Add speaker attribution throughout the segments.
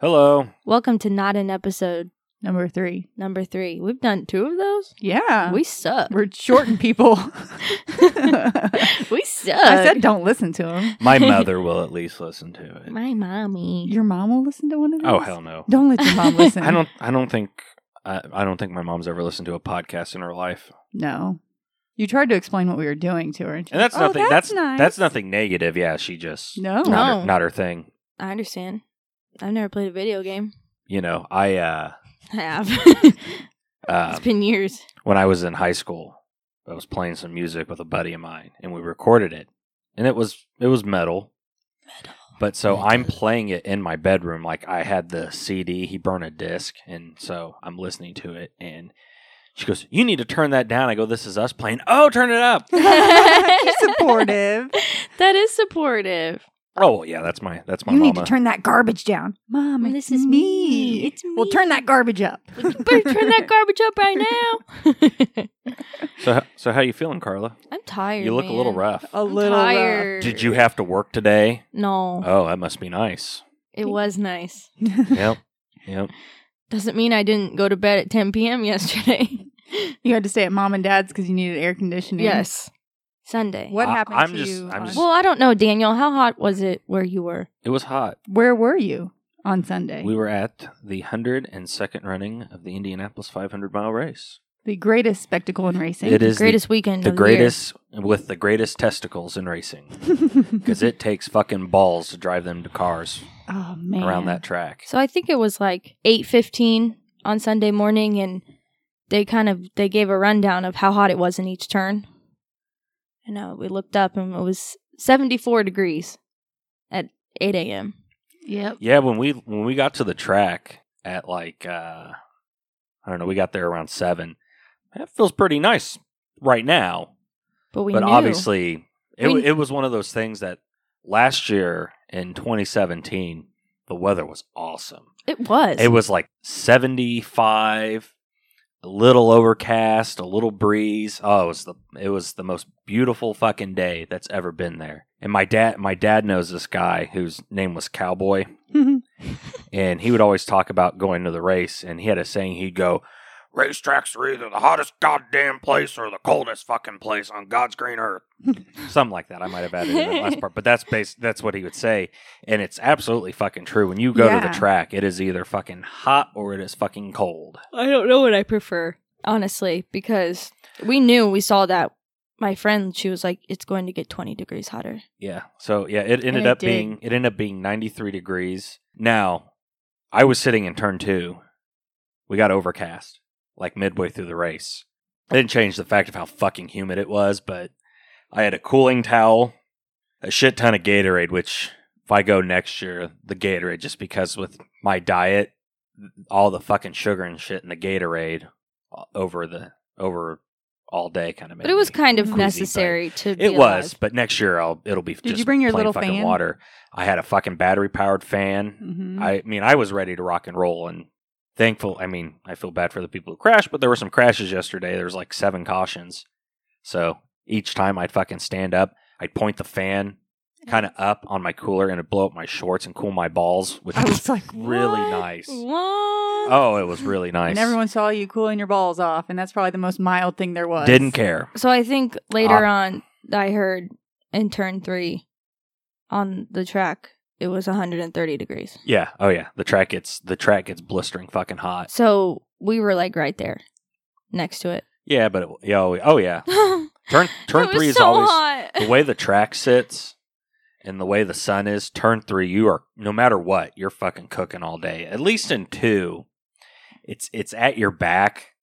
Speaker 1: Hello.
Speaker 2: Welcome to Not an Episode
Speaker 3: Number three.
Speaker 2: number three. We've done two of those.
Speaker 3: Yeah.
Speaker 2: we suck.
Speaker 3: We're shorting people. I
Speaker 2: we suck.
Speaker 3: said don't listen to them.
Speaker 1: My mother will at least listen to it.
Speaker 2: My mommy.
Speaker 3: Your mom will listen to one of these?
Speaker 1: oh hell no.
Speaker 3: Don't let your mom listen.
Speaker 1: I don't. I don't think. I, I don't think my mom's ever listened to a podcast in her life,
Speaker 3: No. You tried to explain what we were doing to her. And, she-
Speaker 1: and that's
Speaker 3: Oh,
Speaker 1: nothing. That's
Speaker 3: that's
Speaker 1: that's,
Speaker 3: nice.
Speaker 1: nothing negative. Yeah, she just
Speaker 3: No.
Speaker 1: not,
Speaker 2: No.
Speaker 1: Her, not her thing.
Speaker 2: I understand. I've never played a video game.
Speaker 1: You know, I uh,
Speaker 2: I have. it's
Speaker 1: uh
Speaker 2: been years.
Speaker 1: when I was in high school, I was playing some music with a buddy of mine, and we recorded it, and it was it was metal. But so I'm playing it in my bedroom, like I had the CD. He burned a disc, and so I'm listening to it, and she goes, "You need to turn that down." I go, "This is us playing." Oh, turn it up.
Speaker 3: You're supportive.
Speaker 2: That is supportive.
Speaker 1: Oh yeah, that's my that's my
Speaker 3: you
Speaker 1: mama.
Speaker 3: need to turn that garbage down. Mom,
Speaker 2: Mom,
Speaker 3: it's
Speaker 2: this is me. It's
Speaker 3: Well,
Speaker 2: me.
Speaker 3: turn that garbage up.
Speaker 2: Better turn that garbage up right now.
Speaker 1: so so how you feeling, Carla?
Speaker 2: I'm tired.
Speaker 1: You look a little
Speaker 2: man.
Speaker 1: rough.
Speaker 3: A
Speaker 2: I'm
Speaker 3: little. rough.
Speaker 2: tired. Uh,
Speaker 1: Did you have to work today?
Speaker 2: No,
Speaker 1: Oh, that must be nice.
Speaker 2: it was nice.
Speaker 1: Yep. Yep.
Speaker 2: Doesn't mean I didn't go to bed at 10 p.m. yesterday.
Speaker 3: you had to stay at mom and dad's because you needed air conditioning.
Speaker 2: yes, Sunday.
Speaker 3: What
Speaker 1: I-
Speaker 3: happened
Speaker 1: I'm
Speaker 3: to
Speaker 1: just-
Speaker 3: you?
Speaker 1: I'm
Speaker 3: on-
Speaker 1: just-
Speaker 2: Well, I don't know, Daniel. How hot was it where you were?
Speaker 1: It was hot.
Speaker 3: Where were you on Sunday?
Speaker 1: We were at the 102nd running of the Indianapolis 500 mile race.
Speaker 3: the greatest spectacle in racing.
Speaker 1: It is the-
Speaker 2: greatest weekend.
Speaker 1: The
Speaker 2: of
Speaker 1: greatest with the greatest testicles in racing because it takes fucking balls to drive them to cars
Speaker 3: oh man.
Speaker 1: around that track.
Speaker 2: So I think it was like eight fifteen on Sunday morning, and they kind of they gave a rundown of how hot it was in each turn. And uh, we looked up, and it was seventy four degrees at eight a.m.
Speaker 3: Yep.
Speaker 1: Yeah, when we when we got to the track at like uh I don't know, we got there around 7. That feels pretty nice right now.
Speaker 2: But we
Speaker 1: but
Speaker 2: knew.
Speaker 1: obviously it,
Speaker 2: We-
Speaker 1: it was one of those things that last year in 2017 the weather was awesome
Speaker 2: it was.
Speaker 1: it was like 75 a little overcast a little breeze oh it was the it was the most beautiful fucking day that's ever been there and my dad my dad knows this guy whose name was cowboy
Speaker 3: Mm-hmm.
Speaker 1: and he would always talk about going to the race and he had a saying he'd go racetracks are either the hottest goddamn place or the coldest fucking place on god's green earth something like that i might have added in that last part but that's bas- that's what he would say and it's absolutely fucking true when you go to
Speaker 3: Yeah.
Speaker 1: the track it is either fucking hot or it is fucking cold
Speaker 2: I don't know what I prefer, honestly, because we knew we saw that. My friend, she was like, "It's going to get twenty degrees hotter."
Speaker 1: yeah so yeah it ended
Speaker 3: it
Speaker 1: up
Speaker 3: did.
Speaker 1: being it ended up being 93 degrees now i was sitting in turn 2 we got overcast like midway through the race it didn't change the fact of how fucking humid it was but i had a cooling towel a shit ton of gatorade which if i go next year the gatorade just because with my diet all the fucking sugar and shit in the gatorade uh, over the over all day kind of
Speaker 2: But it was kind of
Speaker 3: Queasy, but
Speaker 2: necessary to. Be
Speaker 1: it
Speaker 2: alive.
Speaker 1: was, but next year I'll it'll be.
Speaker 3: you
Speaker 1: just
Speaker 3: bring your
Speaker 1: plain
Speaker 3: little
Speaker 1: fucking
Speaker 3: fan?
Speaker 1: Water. I had a fucking battery powered fan.
Speaker 3: Mhm.
Speaker 1: I mean, I was ready to rock and roll, and thankful. I mean, I feel bad for the people who crashed, but there were some crashes yesterday. There was like seven cautions, so each time I'd fucking stand up, I'd point the fan kind of up on my cooler, and it'd blow up my shorts and cool my balls, which
Speaker 3: I
Speaker 1: was
Speaker 3: was like,
Speaker 1: really
Speaker 2: What?
Speaker 1: nice.
Speaker 2: What?
Speaker 1: Oh, it was really nice.
Speaker 3: and everyone saw you cooling your balls off, and that's probably the most mild thing there was.
Speaker 1: didn't care.
Speaker 2: So I think later
Speaker 1: Ah.
Speaker 2: on, I heard in turn three on the track, it was 130 degrees.
Speaker 1: Yeah. Oh yeah. The track gets the track gets blistering fucking hot.
Speaker 2: So we were like right there next to it.
Speaker 1: Yeah, but it, yeah, oh, oh yeah. Turn turn
Speaker 2: It was
Speaker 1: three is
Speaker 2: so
Speaker 1: always
Speaker 2: hot.
Speaker 1: the way the track sits and the way the sun is. Turn three, you are no matter what, you're fucking cooking all day. At least in two, it's it's at your back.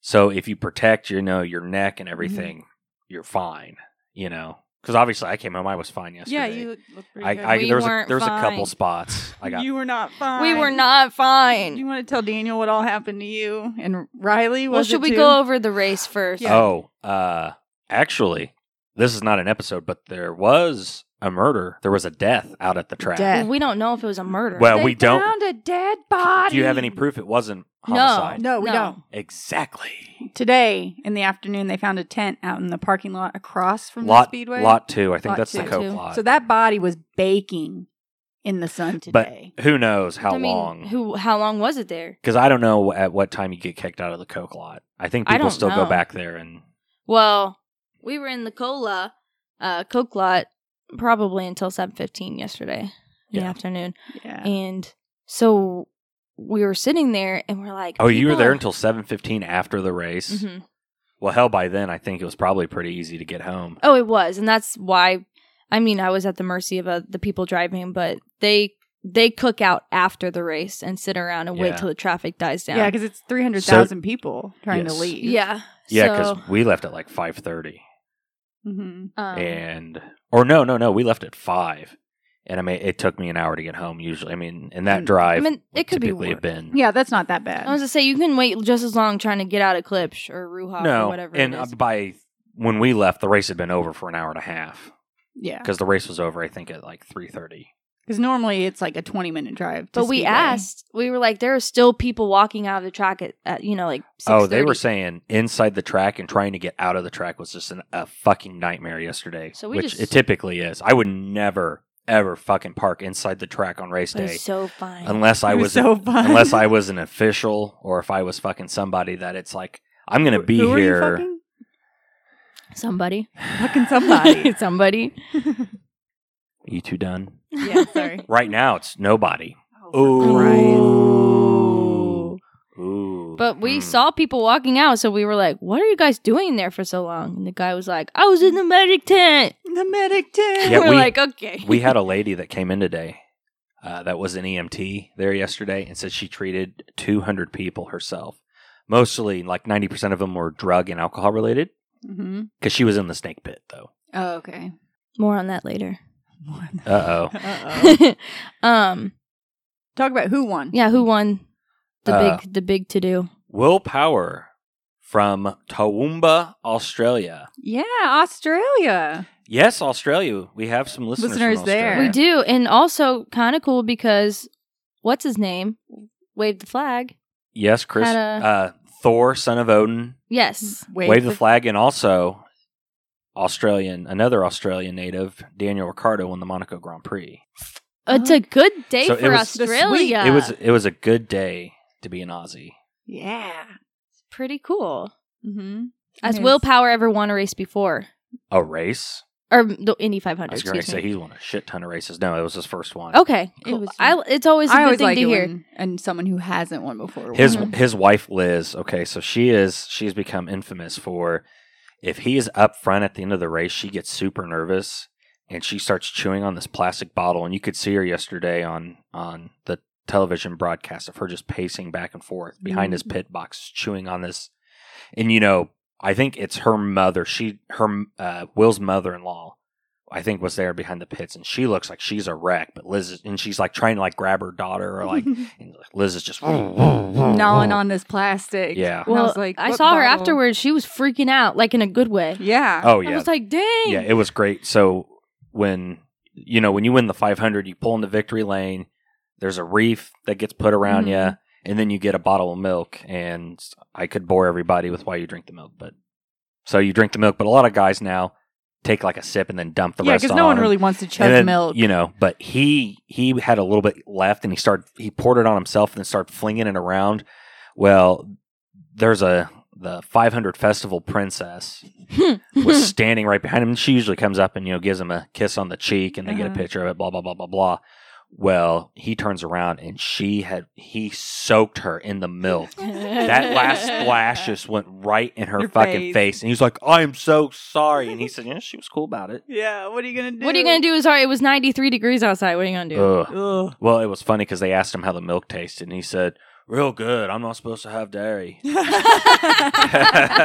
Speaker 1: So if you protect, you know your neck and everything, you're fine. You know, because obviously I came home, I was fine yesterday.
Speaker 3: Yeah, you look pretty
Speaker 1: I,
Speaker 3: good.
Speaker 1: I
Speaker 2: We
Speaker 1: there was a,
Speaker 2: weren't
Speaker 1: there was a couple
Speaker 2: fine.
Speaker 1: spots I got.
Speaker 3: you were not fine.
Speaker 2: we were not
Speaker 3: Do
Speaker 2: fine.
Speaker 3: you want to tell Daniel what all happened to you and Riley?
Speaker 2: Well,
Speaker 3: Was
Speaker 2: should
Speaker 3: it
Speaker 2: we
Speaker 3: too?
Speaker 2: go over the race first?
Speaker 3: Yeah.
Speaker 1: Oh, uh, actually, this is not an episode, but there was a murder. There was a death out at the track.
Speaker 3: Death.
Speaker 2: Well, we don't know if it was a murder.
Speaker 1: Oh. Well,
Speaker 3: They
Speaker 1: Uh, we don't-
Speaker 3: found a dead body.
Speaker 1: Do you have any proof it wasn't
Speaker 2: No.
Speaker 1: homicide?
Speaker 3: No, we
Speaker 2: No.
Speaker 3: don't.
Speaker 1: Exactly.
Speaker 3: Today in the afternoon, they found a tent out in the parking lot across from
Speaker 1: lot
Speaker 3: the speedway.
Speaker 1: lot two. I think
Speaker 3: Lot
Speaker 1: that's the
Speaker 3: two.
Speaker 1: coke
Speaker 2: Two.
Speaker 1: lot.
Speaker 3: So that body was baking in the sun
Speaker 1: But-
Speaker 3: today.
Speaker 1: Who knows how
Speaker 2: I mean,
Speaker 1: long?
Speaker 2: Who? How long was it there?
Speaker 1: Because I don't know at what time you get kicked out of the coke lot. I think
Speaker 2: I
Speaker 1: people
Speaker 2: don't
Speaker 1: still
Speaker 2: know.
Speaker 1: go back there and
Speaker 2: Well, we were in the cola, uh, Coke lot probably until seven fifteen yesterday in the
Speaker 1: Yeah.
Speaker 2: afternoon,
Speaker 3: yeah.
Speaker 2: and so we were sitting there and we're like,
Speaker 1: oh, you were
Speaker 2: people
Speaker 1: there
Speaker 2: are-
Speaker 1: until seven fifteen after the race.
Speaker 2: Mhm.
Speaker 1: Well, hell, by then I think it was probably pretty easy to get home.
Speaker 2: Oh, it was, and that's why. I mean, I was at the mercy of uh, the people driving, but they they cook out after the race and sit around and wait
Speaker 1: Yeah.
Speaker 2: till the traffic dies down.
Speaker 3: Yeah, because it's 300,000 people trying to
Speaker 1: Yes.
Speaker 3: leave.
Speaker 2: yeah,
Speaker 1: Yeah, because
Speaker 2: So,
Speaker 1: we left at like five thirty,
Speaker 3: hmm
Speaker 2: um,
Speaker 1: and or no, no, no, we left at five, and I mean it took me an hour to get home. Usually, I mean, and that
Speaker 3: Mm.
Speaker 2: I
Speaker 1: drive
Speaker 2: mean, it
Speaker 1: would
Speaker 2: could be.
Speaker 1: typically
Speaker 2: Worse.
Speaker 1: have been
Speaker 3: Yeah, that's not that bad.
Speaker 2: I was gonna say you can wait just as long trying to get out of Klipsch or Ruhoff
Speaker 1: no,
Speaker 2: or whatever.
Speaker 1: and
Speaker 2: it
Speaker 1: uh,
Speaker 2: is.
Speaker 1: by when we left, the race had been over for an hour and a half
Speaker 2: Oh.
Speaker 3: yeah.
Speaker 1: because the race was over, I think, at like three thirty.
Speaker 3: Because normally it's like a 20 minute drive. to
Speaker 2: but we
Speaker 3: Speedway.
Speaker 2: asked, we were like, there are still people walking out of the track at, at you know like. 6:30.
Speaker 1: Oh, they were saying inside the track and trying to get out of the track was just an, a fucking nightmare yesterday.
Speaker 2: So we
Speaker 1: which
Speaker 2: just-
Speaker 1: it typically is. I would never ever fucking park inside the track on race
Speaker 2: But
Speaker 1: day
Speaker 2: it's so fine.
Speaker 1: unless I
Speaker 3: It was,
Speaker 1: was,
Speaker 3: so fun.
Speaker 1: unless I was an official or if I was fucking somebody that it's like I'm gonna be
Speaker 3: Who were you
Speaker 1: here.
Speaker 3: fucking?
Speaker 2: somebody,
Speaker 3: Fucking somebody.
Speaker 2: somebody.
Speaker 1: You two done
Speaker 3: yeah, sorry.
Speaker 1: right now? It's nobody.
Speaker 3: Christ.
Speaker 1: Ooh, ooh.
Speaker 2: But we
Speaker 1: Hmm.
Speaker 2: saw people walking out, so we were like, "What are you guys doing there for so long?" And the guy was like, "I was in the medic tent."
Speaker 3: The medic tent.
Speaker 1: Yeah,
Speaker 2: we're
Speaker 1: we-
Speaker 2: like, "Okay."
Speaker 1: we had a lady that came in today uh, that was an EMT there yesterday and said she treated 200 people herself. Mostly, like 90% of them were drug and alcohol related
Speaker 3: Mm-hmm.
Speaker 1: because she was in the snake pit, though.
Speaker 3: Oh, okay.
Speaker 2: More on that later.
Speaker 1: Uh oh.
Speaker 3: Uh-oh.
Speaker 2: um,
Speaker 3: Talk about who won.
Speaker 2: yeah, who won the
Speaker 1: Uh,
Speaker 2: big the big to do?
Speaker 1: Will Power from Toowoomba, Australia.
Speaker 3: Yeah, Australia.
Speaker 1: Yes, Australia. We have some listeners, from
Speaker 3: Listeners there.
Speaker 1: Australia.
Speaker 2: We do, and also kind of cool because what's his name waved the flag.
Speaker 1: Yes, Chris.
Speaker 2: Had a-
Speaker 1: Uh, Thor, son of Odin,
Speaker 2: Yes,
Speaker 1: waved the, flag, and also Australian, another Australian native, Daniel Ricciardo, won the Monaco Grand Prix.
Speaker 2: it's a good day
Speaker 1: So it
Speaker 2: for
Speaker 1: was-
Speaker 3: the sweet-
Speaker 2: Australia.
Speaker 1: it was it was a good day to be an Aussie.
Speaker 3: Yeah.
Speaker 2: pretty cool.
Speaker 3: Mm-hmm.
Speaker 2: As willpower ever won a race before,
Speaker 1: A race?
Speaker 2: or the Indy
Speaker 1: I
Speaker 2: 500.
Speaker 1: was going to
Speaker 2: Oh, Excuse
Speaker 1: say
Speaker 2: me.
Speaker 1: he's won a shit ton of races. No, it was his first one.
Speaker 2: Okay,
Speaker 3: It
Speaker 2: cool.
Speaker 3: was-
Speaker 2: I, it's always a
Speaker 3: I
Speaker 2: good
Speaker 3: always
Speaker 2: thing
Speaker 3: like
Speaker 2: to
Speaker 3: it
Speaker 2: hear.
Speaker 3: when- and someone who hasn't won before.
Speaker 1: His
Speaker 3: wins.
Speaker 1: his wife Liz. Okay, so she is she's become infamous for if he is up front at the end of the race, she gets super nervous and she starts chewing on this plastic bottle. And you could see her yesterday on on the television broadcast of her just pacing back and forth behind his pit box, chewing on this. And you know, I think it's her mother. She her uh, Will's mother in law. I think was there behind the pits, and she looks like she's a wreck. But Liz, is, and she's like trying to like grab her daughter, or like and Liz is just
Speaker 4: Oh,
Speaker 3: gnawing on this plastic.
Speaker 1: Yeah.
Speaker 3: And
Speaker 2: Well,
Speaker 3: I
Speaker 2: I,
Speaker 3: was like, what
Speaker 2: saw her
Speaker 3: bottle?
Speaker 2: afterwards. She was freaking out, like in a good way.
Speaker 3: Yeah.
Speaker 1: Oh
Speaker 2: I
Speaker 1: yeah,
Speaker 2: was like, dang.
Speaker 1: yeah. It was great. So when you know when you win the 500, you pull into victory lane. There's a reef that gets put around you,
Speaker 3: Mhm.
Speaker 1: and then you get a bottle of milk. And I could bore everybody with why you drink the milk, but so you drink the milk. But a lot of guys now take like a sip and then dump the
Speaker 3: yeah,
Speaker 1: rest.
Speaker 3: because no one
Speaker 1: on.
Speaker 3: really wants to chug
Speaker 1: and then,
Speaker 3: milk.
Speaker 1: You know, but he he had a little bit left, and he started he poured it on himself, and then started flinging it around. Well, there's a the 500 festival princess was standing right behind him. And she usually comes up and you know gives him a kiss on the cheek, and they get a
Speaker 3: Uh-huh.
Speaker 1: picture of it. Blah blah blah blah blah. Well, he turns around and she had he soaked her in the milk. That last splash just went right in her
Speaker 3: Your
Speaker 1: fucking
Speaker 3: face.
Speaker 1: face, and he's like, "I'm so sorry." And he said, "Yeah, she was cool about it."
Speaker 3: Yeah. What are you gonna do?
Speaker 2: What are you gonna do? Sorry, it was 93 degrees outside. What are you gonna do?
Speaker 1: Ugh.
Speaker 3: Ugh.
Speaker 1: Well, it was funny because they asked him how the milk tasted, and he said, "Real good. I'm not supposed to have dairy."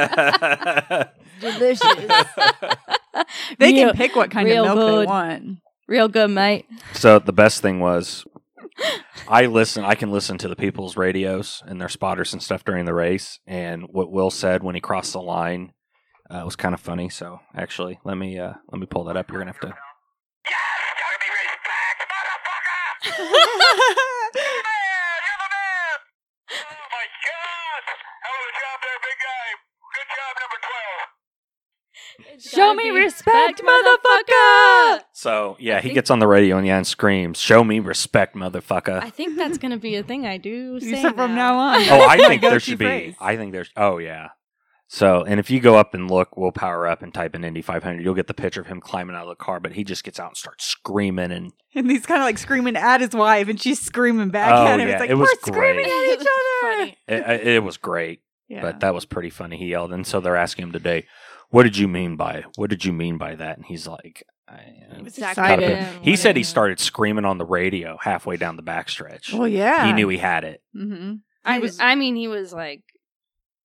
Speaker 2: Delicious.
Speaker 3: they
Speaker 2: real,
Speaker 3: can pick what kind
Speaker 2: real
Speaker 3: of milk
Speaker 2: good.
Speaker 3: they want.
Speaker 2: real good, mate.
Speaker 1: so the best thing was, I listen. I can listen to the people's radios and their spotters and stuff during the race. And what Will said when he crossed the line uh, was kind of funny. So actually, let me uh, let me pull that up. You're gonna have to.
Speaker 4: Yes, show me respect, motherfucker! Man, you're the man! Oh my god! Hell of a job there, big guy. Good job, number 12.
Speaker 2: It's
Speaker 5: Show
Speaker 2: gotta
Speaker 5: me
Speaker 2: be
Speaker 5: respect, motherfucker!
Speaker 1: So yeah,
Speaker 5: I
Speaker 1: he
Speaker 5: think-
Speaker 1: gets on the radio and yeah and screams, "Show me respect, motherfucker!"
Speaker 2: I think that's gonna be a thing I do.
Speaker 3: You
Speaker 2: say
Speaker 3: said from now on.
Speaker 1: oh, I
Speaker 3: My
Speaker 1: think there
Speaker 3: go-to
Speaker 1: should be.
Speaker 3: phrase.
Speaker 1: I think there's. Oh yeah. So and if you go up and look, we'll power up and type in Indy 500. You'll get the picture of him climbing out of the car, but he just gets out and starts screaming and
Speaker 3: and he's kind of like screaming at his wife, and she's screaming back
Speaker 1: Oh,
Speaker 3: at him.
Speaker 1: yeah,
Speaker 3: it's like
Speaker 1: it was
Speaker 3: we're screaming
Speaker 1: great.
Speaker 3: at each other.
Speaker 2: Funny.
Speaker 1: it, it- it was great.
Speaker 3: Yeah.
Speaker 1: But that was pretty funny. He yelled, and so they're asking him today, "What did you mean by what did you mean by that?" And he's like, I, uh,
Speaker 3: was
Speaker 1: Gotta
Speaker 3: excited.
Speaker 1: put- He said he started screaming on the radio halfway down the backstretch.
Speaker 3: well, yeah,
Speaker 1: He knew he had it.
Speaker 3: Mm-hmm.
Speaker 2: I
Speaker 3: He was-
Speaker 2: I mean, he was like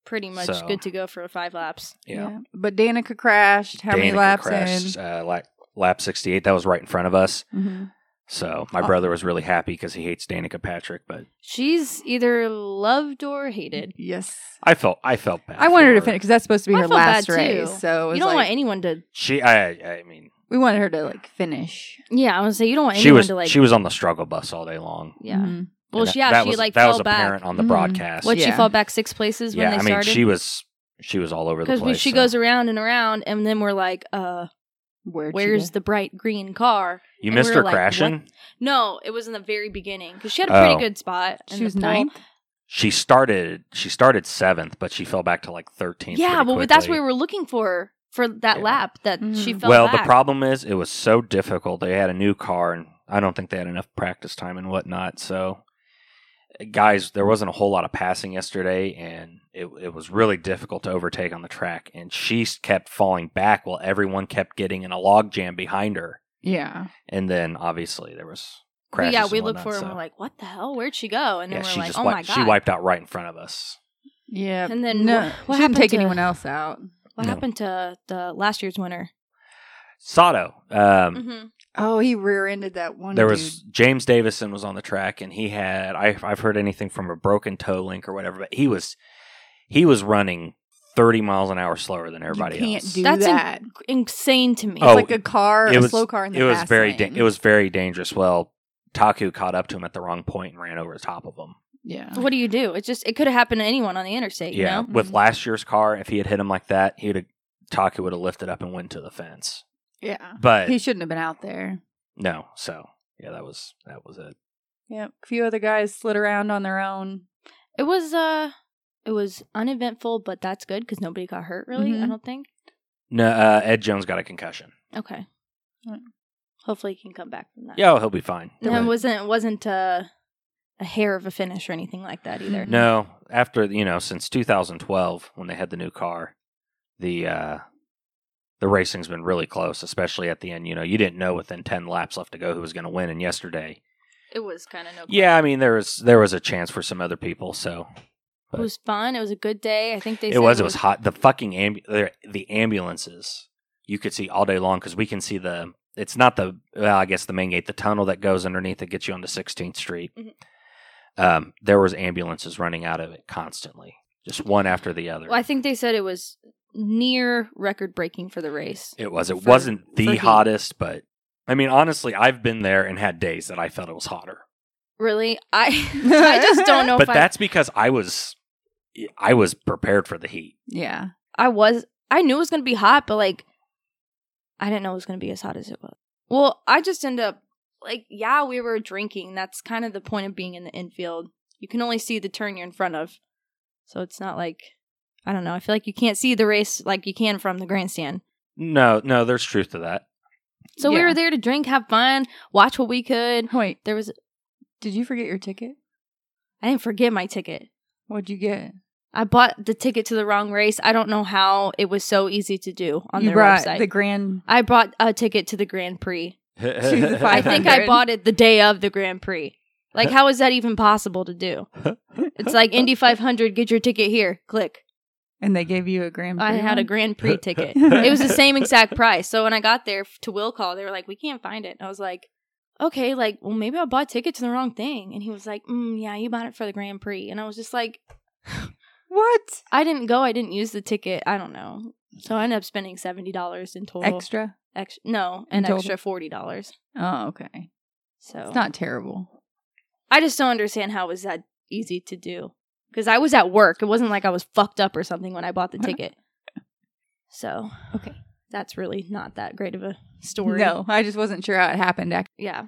Speaker 2: pretty much
Speaker 1: So.
Speaker 2: good to go for five laps.
Speaker 1: Yeah.
Speaker 3: But Danica crashed. How many
Speaker 1: Danica
Speaker 3: laps
Speaker 1: crashed, Uh, like lap 68. That was right in front of us.
Speaker 3: in? Mm-hmm.
Speaker 1: So my
Speaker 3: Oh.
Speaker 1: brother was really happy because he hates Danica Patrick, but
Speaker 2: She's either loved or hated.
Speaker 3: Yes.
Speaker 1: I felt I felt bad.
Speaker 3: I wanted her to
Speaker 1: for
Speaker 3: finish because that's supposed to be
Speaker 2: I
Speaker 3: her
Speaker 2: felt
Speaker 3: last
Speaker 2: bad, too.
Speaker 3: race. So it was
Speaker 2: You don't
Speaker 3: like,
Speaker 2: want anyone to.
Speaker 1: She I I mean
Speaker 3: we wanted her to like finish.
Speaker 2: Yeah, I want to say you don't want
Speaker 1: she
Speaker 2: anyone
Speaker 1: was
Speaker 2: to like.
Speaker 1: she was on the struggle bus all day long.
Speaker 2: yeah.
Speaker 3: Mhm.
Speaker 2: Well,
Speaker 1: And
Speaker 2: she, yeah,
Speaker 1: that
Speaker 2: she
Speaker 1: was,
Speaker 2: like
Speaker 1: that
Speaker 2: fell
Speaker 1: was
Speaker 2: back.
Speaker 1: apparent on the
Speaker 3: Mhm.
Speaker 1: broadcast.
Speaker 2: What she
Speaker 3: Yeah.
Speaker 2: fall back six places
Speaker 1: yeah,
Speaker 2: when they
Speaker 1: I mean
Speaker 2: started?
Speaker 1: she was she was all over the
Speaker 2: because
Speaker 1: place.
Speaker 2: she
Speaker 1: so-
Speaker 2: goes around and around, and then we're like, "Uh,
Speaker 3: Where'd she
Speaker 2: where's
Speaker 3: go?
Speaker 2: the bright green car?"
Speaker 1: You
Speaker 2: and
Speaker 1: missed
Speaker 2: we
Speaker 1: her
Speaker 2: were like,
Speaker 1: crashing.
Speaker 2: No, it was in the very beginning because she had a pretty
Speaker 1: Oh.
Speaker 2: good spot. in
Speaker 3: She
Speaker 2: the
Speaker 3: was
Speaker 2: poll.
Speaker 3: ninth.
Speaker 1: She started she started seventh, but she fell back to like thirteenth.
Speaker 2: Yeah,
Speaker 1: pretty
Speaker 2: well, but that's what
Speaker 1: quickly.
Speaker 2: we were looking for for that
Speaker 1: Yeah.
Speaker 2: lap that she
Speaker 3: Mhm.
Speaker 2: fell.
Speaker 1: well,
Speaker 2: back.
Speaker 1: the problem is it was so difficult. They had a new car, and I don't think they had enough practice time and whatnot. So, eh, guys, there wasn't a whole lot of passing yesterday, and it, it was really difficult to overtake on the track. And she s- kept falling back while everyone kept getting in a log jam behind her.
Speaker 3: Yeah.
Speaker 1: And then obviously there was
Speaker 2: But
Speaker 1: crashes.
Speaker 2: yeah,
Speaker 1: and
Speaker 2: we looked
Speaker 1: whatnot,
Speaker 2: for her and
Speaker 1: so-
Speaker 2: we're like, "What the hell? Where'd she go?" And
Speaker 1: yeah,
Speaker 2: then
Speaker 1: she
Speaker 2: we're like,
Speaker 1: just
Speaker 2: "Oh
Speaker 1: wi-
Speaker 2: my god!"
Speaker 1: she wiped out right in front of us.
Speaker 3: Yeah.
Speaker 2: And then
Speaker 3: no,
Speaker 2: wha- what
Speaker 3: she didn't
Speaker 2: happened
Speaker 3: take
Speaker 2: to-
Speaker 3: anyone else out.
Speaker 2: What
Speaker 1: No.
Speaker 2: happened to the last year's winner?
Speaker 1: Sato. Um,
Speaker 2: Mm-hmm.
Speaker 3: Oh, he rear-ended that one.
Speaker 1: there
Speaker 3: dude.
Speaker 1: was James Davison was on the track, and he had I, I've heard anything from a broken toe link or whatever, but he was he was running thirty miles an hour slower than everybody
Speaker 3: you can't
Speaker 1: else.
Speaker 3: do
Speaker 2: That's in-
Speaker 3: that.
Speaker 2: Insane to me.
Speaker 1: Oh,
Speaker 3: it's like a car,
Speaker 1: it
Speaker 3: a
Speaker 1: was-
Speaker 3: slow car in the
Speaker 1: it was
Speaker 3: fast
Speaker 1: very da-
Speaker 3: lane.
Speaker 1: it was very dangerous. Well, Taku caught up to him at the wrong point and ran over the top of him.
Speaker 3: yeah.
Speaker 2: what do you do? It just it could have happened to anyone on the interstate.
Speaker 1: yeah,
Speaker 2: You Mm-hmm. know?
Speaker 1: with
Speaker 3: Mhm.
Speaker 1: last year's car, if he had hit him like that, he'd have, Taku would have lifted up and went to the fence.
Speaker 3: Yeah.
Speaker 1: But
Speaker 3: He shouldn't have been out there.
Speaker 1: no, so yeah, that was that was it.
Speaker 3: Yep. A few other guys slid around on their own.
Speaker 2: It was uh, it was uneventful, but that's good because nobody got hurt. Really, I
Speaker 3: Mhm.
Speaker 2: don't think.
Speaker 1: No, uh, Ed Jones got a concussion.
Speaker 2: Okay.
Speaker 3: Right.
Speaker 2: Hopefully, he can come back from that.
Speaker 1: Yeah, oh, he'll be fine.
Speaker 2: No,
Speaker 1: But-
Speaker 2: it wasn't it wasn't uh, a hair of a finish or anything like that either.
Speaker 1: No, after you know, since 2012 when they had the new car, the uh the racing's been really close, especially at the end. You know, you didn't know within 10 laps left to go who was going to win. And yesterday,
Speaker 2: It was kind of no.
Speaker 1: yeah, I mean there was there was a chance for some other people. So
Speaker 2: It was fun. It was a good day. I think they.
Speaker 1: it
Speaker 2: said
Speaker 1: was it was hot. The fucking ambu- the- the ambulances you could see all day long because we can see the. It's not the well, I guess the main gate, the tunnel that goes underneath that gets you onto 16th Street.
Speaker 2: Mhm.
Speaker 1: Um, there was ambulances running out of it constantly, just one after the other.
Speaker 2: Well, I think they said it was near record breaking for the race.
Speaker 1: It was. It
Speaker 2: for-
Speaker 1: wasn't
Speaker 2: for
Speaker 1: the
Speaker 2: heat.
Speaker 1: hottest, but I mean, honestly, I've been there and had days that I felt it was hotter.
Speaker 2: Really, I I just don't know
Speaker 1: but
Speaker 2: if I
Speaker 1: that's because I was, I was prepared for the heat.
Speaker 3: Yeah.
Speaker 2: I was I knew it was gonna be hot, but like I didn't know it was gonna be as hot as it was. Well, I just end up like yeah, we were drinking. That's kind of the point of being in the infield. You can only see the turn you're in front of. So it's not like I don't know. I feel like you can't see the race like you can from the grandstand.
Speaker 1: No, no, there's truth to that.
Speaker 2: So we
Speaker 3: Yeah.
Speaker 2: were there to drink, have fun, watch what we could.
Speaker 3: Wait,
Speaker 2: There was
Speaker 3: did you forget your ticket?
Speaker 2: I didn't forget my ticket.
Speaker 3: What'd you get?
Speaker 2: I bought the ticket to the wrong race. I don't know how it was so easy to do on
Speaker 3: you
Speaker 2: their
Speaker 3: brought
Speaker 2: website.
Speaker 3: the grand.
Speaker 2: I bought a ticket to the Grand Prix.
Speaker 3: the
Speaker 2: I think I
Speaker 3: 500.
Speaker 2: bought it the day of the Grand Prix. Like, how is that even possible to do? It's like Indy 500, get your ticket here, click.
Speaker 3: And they gave you a grand.
Speaker 2: I
Speaker 3: Prix
Speaker 2: had a
Speaker 3: one?
Speaker 2: Grand Prix ticket. It was the same exact price. So when I got there f- to will call, they were like, we can't find it. And I was like, okay, like, well, maybe I bought tickets to the wrong thing. And he was like, mm, yeah, you bought it for the Grand Prix. And I was just like,
Speaker 3: What?
Speaker 2: I didn't go. I didn't use the ticket. I don't know. So I ended up spending $70 in total.
Speaker 3: Extra?
Speaker 2: Ex- no, an
Speaker 3: In total?
Speaker 2: extra $40.
Speaker 3: Oh, okay.
Speaker 2: So
Speaker 3: It's not terrible.
Speaker 2: I just don't understand how it was that easy to do. Because I was at work. It wasn't like I was fucked up or something when I bought the ticket. So
Speaker 3: Okay.
Speaker 2: that's really not that great of a story.
Speaker 3: No, I just wasn't sure how it happened. Act-
Speaker 2: Yeah.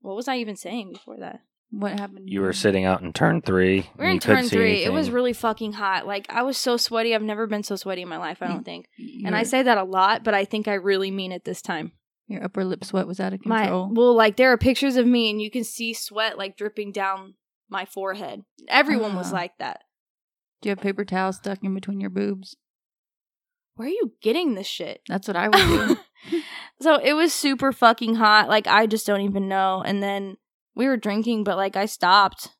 Speaker 2: What was I even saying before that?
Speaker 3: What happened?
Speaker 1: You were sitting out in turn three.
Speaker 2: We're
Speaker 1: and
Speaker 2: in
Speaker 1: you couldn't
Speaker 2: turn
Speaker 1: see
Speaker 2: three. It was
Speaker 1: anything.
Speaker 2: really fucking hot. Like I was so sweaty. I've never been so sweaty in my life. I don't think.
Speaker 3: Your,
Speaker 2: And I say that a lot, but I think I really mean it this time.
Speaker 3: your upper lip sweat was out of
Speaker 2: My
Speaker 3: control.
Speaker 2: well, like there are pictures of me, and you can see sweat like dripping down my forehead. Everyone was
Speaker 3: Ah.
Speaker 2: like that.
Speaker 3: Do you have paper towels stuck in between your boobs?
Speaker 2: Where are you getting this shit?
Speaker 3: That's what I would
Speaker 1: Oh.
Speaker 3: do.
Speaker 2: so it was super fucking hot. Like I just don't even know. And then we were drinking, but like I stopped.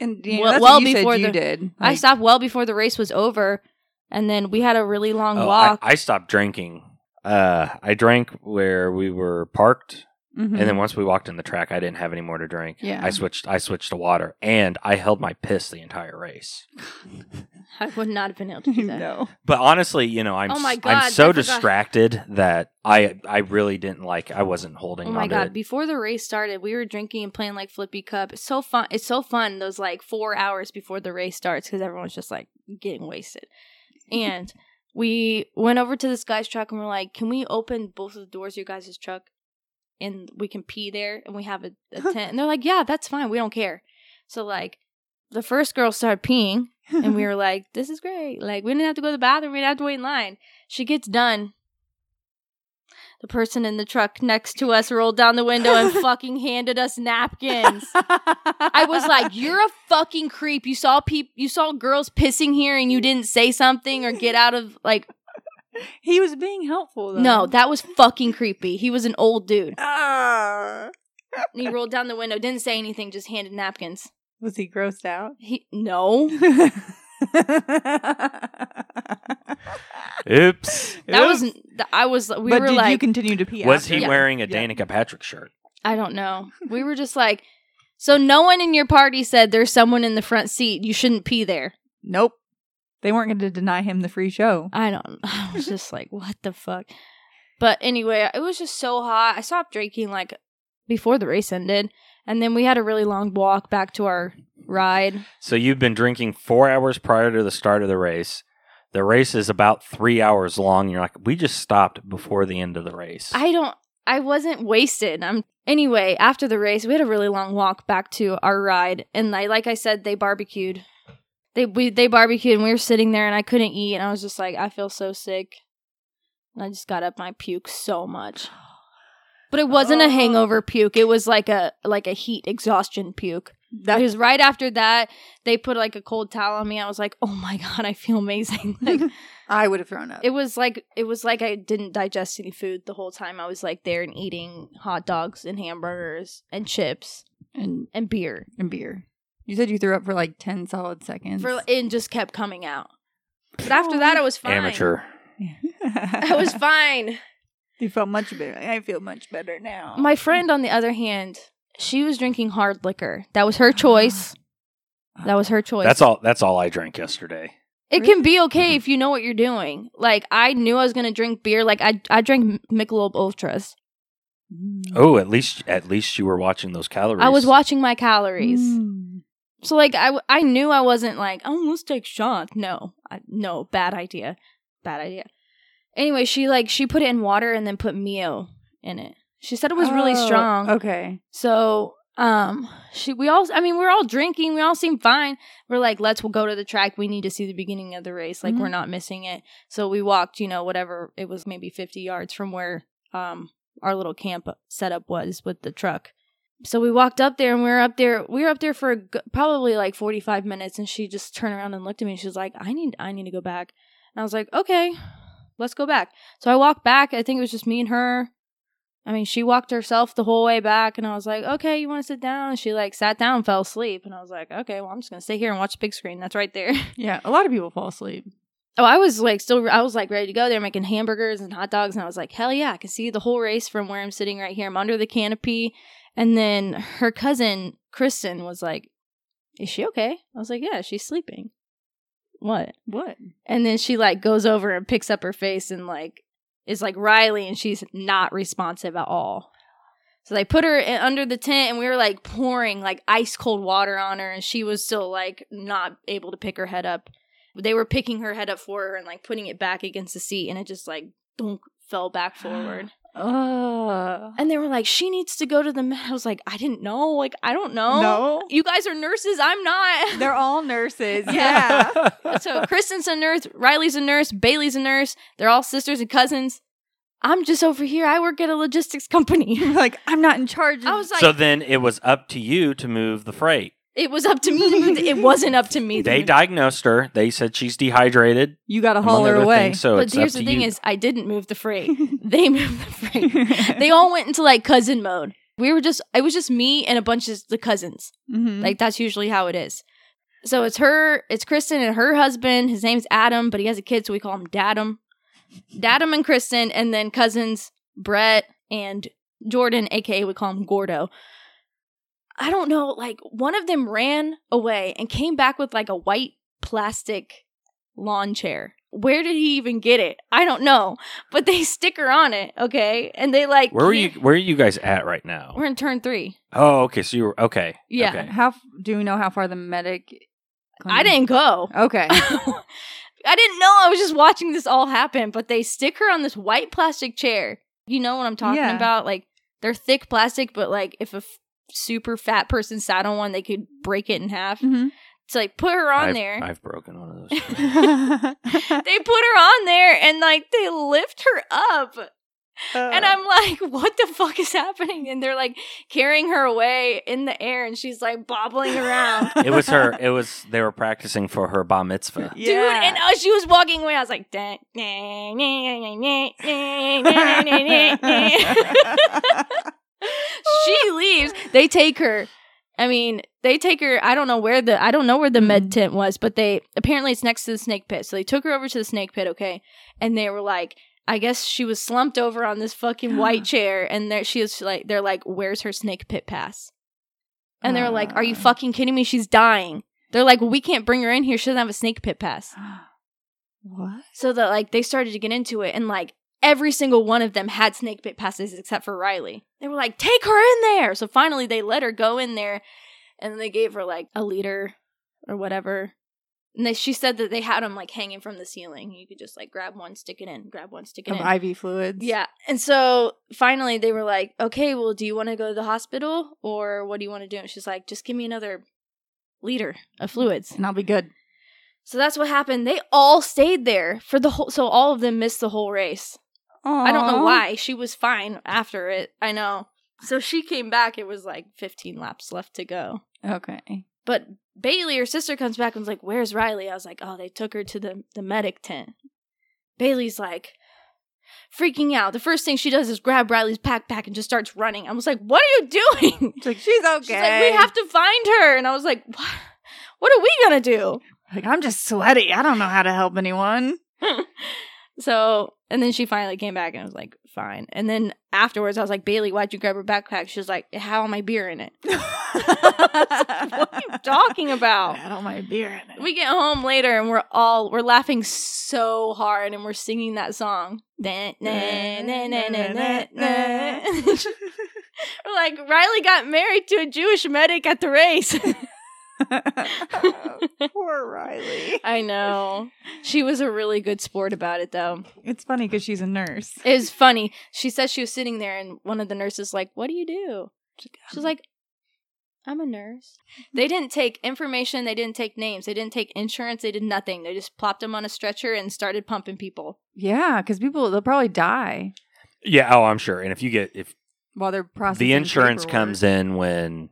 Speaker 3: and
Speaker 2: you know, Well- that's what well you said before
Speaker 3: before
Speaker 2: you the-
Speaker 3: you did.
Speaker 2: I stopped well before the race was over. And then we had a really long
Speaker 1: Oh, I,
Speaker 2: walk.
Speaker 1: I stopped drinking. Uh, I drank where we were parked,
Speaker 3: mm-hmm.
Speaker 1: and
Speaker 2: Hmm.
Speaker 1: then once we walked in the track, I didn't have any more to drink.
Speaker 3: Yeah.
Speaker 1: I switched. I switched to water, and I held my piss the entire race.
Speaker 2: I, would not have been able to do that.
Speaker 3: no.
Speaker 1: But honestly, you know, I'm
Speaker 2: Oh my
Speaker 1: s-
Speaker 2: God,
Speaker 1: I'm so
Speaker 2: I forgot.
Speaker 1: distracted that I I really didn't like. I wasn't holding.
Speaker 2: Oh my
Speaker 1: on
Speaker 2: god!
Speaker 1: To it.
Speaker 2: Before the race started, we were drinking and playing like Flippy Cup. It's so fun. It's so fun those like four hours before the race starts because everyone's just like getting wasted. And we went over to this guy's truck and we're like, "Can we open both of the doors of your guys' truck and we can pee there and we have a, a tent?" And they're like, "Yeah, that's fine. We don't care." So like, the first girl started peeing and we were like, "This is great! Like, we didn't have to go to the bathroom. We didn't have to wait in line." She gets done. The person in the truck next to us rolled down the window and fucking handed us napkins. I was like, "You're a fucking creep. You saw peop- you saw girls pissing here, and you didn't say something or get out of like."
Speaker 3: he was being helpful. Though.
Speaker 2: No, that was fucking creepy. He was an old dude.
Speaker 3: Ah.
Speaker 2: And he rolled down the window, didn't say anything, just handed napkins.
Speaker 3: was he grossed out?
Speaker 2: He no.
Speaker 3: that
Speaker 1: Oops.
Speaker 2: That was th- I was we
Speaker 3: but
Speaker 2: were
Speaker 3: did you
Speaker 2: like
Speaker 3: continue to pee?
Speaker 1: was
Speaker 3: after
Speaker 1: he
Speaker 3: that?
Speaker 1: wearing a
Speaker 3: Yeah.
Speaker 1: Danica Patrick shirt?
Speaker 2: I don't know. We were just like, so no one in your party said there's someone in the front seat. You shouldn't pee there.
Speaker 3: Nope. They weren't going to deny him the free show.
Speaker 2: I don't. I was just like, what the fuck. But anyway, it was just so hot. I stopped drinking like before the race ended, and then we had a really long walk back to our ride.
Speaker 1: So you've been drinking four hours prior to the start of the race. The race is about three hours long. You're like, we just stopped before the end of the race.
Speaker 2: I don't. I wasn't wasted. I'm anyway. After the race, we had a really long walk back to our ride, and I, like I said, they barbecued. They we they barbecued, and we were sitting there, and I couldn't eat, and I was just like, I feel so sick. And I just got up, and I puked so much, but it wasn't a
Speaker 3: Oh.
Speaker 2: hangover puke. It was like a like a heat exhaustion puke.
Speaker 3: That
Speaker 2: because right after that, they put like a cold towel on me. I was like, oh my god, I feel amazing. Like
Speaker 3: I would have thrown up.
Speaker 2: it was like it was like I didn't digest any food the whole time I was like there and eating hot dogs and hamburgers and chips
Speaker 3: and,
Speaker 2: and beer
Speaker 3: and beer. You said you threw up for like 10 solid seconds.
Speaker 2: for and just kept coming out. But after that, I was fine.
Speaker 1: Amateur.
Speaker 2: I
Speaker 3: I
Speaker 2: was fine.
Speaker 3: You felt much better. I feel much better now.
Speaker 2: My friend, on the other hand, she was drinking hard liquor. That was her choice. That was her choice.
Speaker 1: That's all. That's all I drank yesterday.
Speaker 2: It can be okay if you know what you're doing. Like I knew I was gonna drink beer. Like I I drank Michelob Ultras.
Speaker 3: Mm.
Speaker 1: Oh, at least at least you were watching those calories.
Speaker 2: I was watching my calories. So like I, w- I knew I wasn't like oh let's take shots. No, I, no, bad idea, bad idea. Anyway, she like she put it in water and then put Mio in it. She said it was really
Speaker 3: Oh,
Speaker 2: strong.
Speaker 3: Okay.
Speaker 2: So um, she we all I mean we're all drinking. We all seem fine. We're like let's go to the track. We need to see the beginning of the race. Like we're
Speaker 3: Mhm.
Speaker 2: not missing it. So we walked you know whatever it was maybe fifty yards from where um our little camp setup was with the truck so we walked up there and we were up there we were up there for a g- probably like 45 minutes and she just turned around and looked at me and she was like i need i need to go back and i was like okay let's go back so i walked back i think it was just me and her i mean she walked herself the whole way back and i was like okay you want to sit down and she like sat down and fell asleep and i was like okay well i'm just gonna stay here and watch the big screen that's right there
Speaker 3: Yeah. A lot of people fall asleep.
Speaker 2: Oh, I was like still, I was like ready to go. They're making hamburgers and hot dogs, and I was like, hell yeah, I can see the whole race from where I'm sitting right here. I'm under the canopy, and then her cousin Kristen was like, "Is she okay?" I was like, "Yeah, she's sleeping." What?
Speaker 3: What?
Speaker 2: And then she like goes over and picks up her face and like is like Riley, and she's not responsive at all. So they put her in, under the tent, and we were like pouring like ice cold water on her, and she was still like not able to pick her head up. They were picking her head up for her and like putting it back against the seat, and it just like dunk, fell back forward.
Speaker 3: Ugh.
Speaker 2: And they were like, she needs to go to the med. I was like, I didn't know. Like, I don't know.
Speaker 3: No.
Speaker 2: You guys are nurses. I'm not.
Speaker 3: They're all nurses. Yeah.
Speaker 2: so Kristen's a nurse, Riley's a nurse, Bailey's a nurse. They're all sisters and cousins. I'm just over here. I work at a logistics company.
Speaker 3: like, I'm not in charge of
Speaker 2: I was like,
Speaker 1: so then it was up to you to move the freight.
Speaker 2: it was up to me. it wasn't up to me.
Speaker 1: They diagnosed her. They said she's dehydrated.
Speaker 3: you got to
Speaker 1: among
Speaker 3: haul her
Speaker 1: other
Speaker 3: away.
Speaker 1: things, so
Speaker 2: but
Speaker 1: it's
Speaker 2: here's
Speaker 1: up
Speaker 2: the
Speaker 1: to
Speaker 2: thing:
Speaker 1: you.
Speaker 2: is I didn't move the freight. they moved the freight. They all went into like cousin mode. We were just. It was just me and a bunch of the cousins.
Speaker 1: Mm-hmm.
Speaker 3: Mhm.
Speaker 2: Like that's usually how it is. So it's her, it's Kristen and her husband. His name's Adam, but he has a kid, so we call him Dadum. Dadum and Kristen, and then cousins Brett and Jordan, aka we call him Gordo. I don't know, like one of them ran away and came back with like a white plastic lawn chair. Where did he even get it? I don't know. But they stick her on it, okay? And they like
Speaker 1: Where are you? Where are you guys at right now?
Speaker 2: We're in turn three.
Speaker 1: Oh, okay. So you were okay.
Speaker 2: Yeah.
Speaker 1: Okay.
Speaker 3: how f- do we know how far the medic?
Speaker 2: I didn't go.
Speaker 3: Okay.
Speaker 2: I didn't know. I was just watching this all happen, but they stick her on this white plastic chair. You know what I'm talking
Speaker 3: Yeah.
Speaker 2: about? Like they're thick plastic, but like if a f- super fat person sat on one, they could break it in half.
Speaker 3: Mhm.
Speaker 2: So like put her on
Speaker 1: I've,
Speaker 2: there.
Speaker 1: I've broken one of those.
Speaker 2: they put her on there and like they lift her up. And I'm like, what the fuck is happening? And they're like carrying her away in the air and she's like bobbling around.
Speaker 1: it was her. It was. They were practicing for her bar mitzvah.
Speaker 2: dude. And as she was walking away, I was like, "Dun, nah, nah, nah, nah, nah, nah, nah, nah, nah." she leaves. They take her. I mean, they take her. I don't know where the I don't know where the med tent was, but they apparently it's next to the snake pit. So they took her over to the snake pit, okay? And they were like, I guess she was slumped over on this fucking white chair, and there she is. Like they're like, "Where's her snake pit pass?" And they're like, "Are you
Speaker 3: Uh.
Speaker 2: fucking kidding me? She's dying." They're like, well, "We can't bring her in here. She doesn't have a snake pit pass."
Speaker 3: what?
Speaker 2: so that like they started to get into it and like every single one of them had snake bit passes except for riley they were like take her in there so finally they let her go in there and they gave her like a liter or whatever and they, she said that they had them like hanging from the ceiling you could just like grab one stick it in grab one stick it
Speaker 3: Of
Speaker 2: in
Speaker 3: IV fluids.
Speaker 2: yeah and so finally they were like okay well do you want to go to the hospital or what do you want to do and she's like just give me another liter of fluids
Speaker 3: And I'll be good.
Speaker 2: so that's what happened. They all stayed there for the whole. So all of them missed the whole race. I don't know why. She was fine after it. I know. So she came back. It was like 15 laps left to go.
Speaker 3: Okay.
Speaker 2: But Bailey, her sister, comes back and was like, "Where's Riley?" I was like, "Oh, they took her to the the medic tent." Bailey's like freaking out. The first thing she does is grab Riley's backpack and just starts running. I was like, "What are you doing?"
Speaker 3: She's like, she's okay.
Speaker 2: She's like, "We have to find her." And I was like, "What? What are we gonna do?"
Speaker 3: Like, I'm just sweaty. I don't know how to help anyone.
Speaker 2: so and then she finally came back and was like fine and then afterwards i was like bailey why'd you grab her backpack she was like it had all my beer in it what are you talking
Speaker 3: I
Speaker 2: about
Speaker 3: had all my beer in it.
Speaker 2: we get home later and we're all we're laughing so hard and we're singing that song Nah, nah, nah, nah, nah, nah, nah. we're like riley got married to a jewish medic at the race
Speaker 3: Poor Riley.
Speaker 2: i know she was a really good sport about it though
Speaker 3: It's funny because she's a nurse.
Speaker 2: It was funny. She says she was sitting there, and one of the nurses like, "What do you do?" She's like, "I'm a nurse." They didn't take information. They didn't take names. They didn't take insurance. They did nothing. They just plopped them on a stretcher and started pumping people.
Speaker 3: Yeah, because people they'll probably die
Speaker 1: Yeah. Oh, I'm sure. And if you get if
Speaker 3: while they're processing.
Speaker 1: the insurance comes in when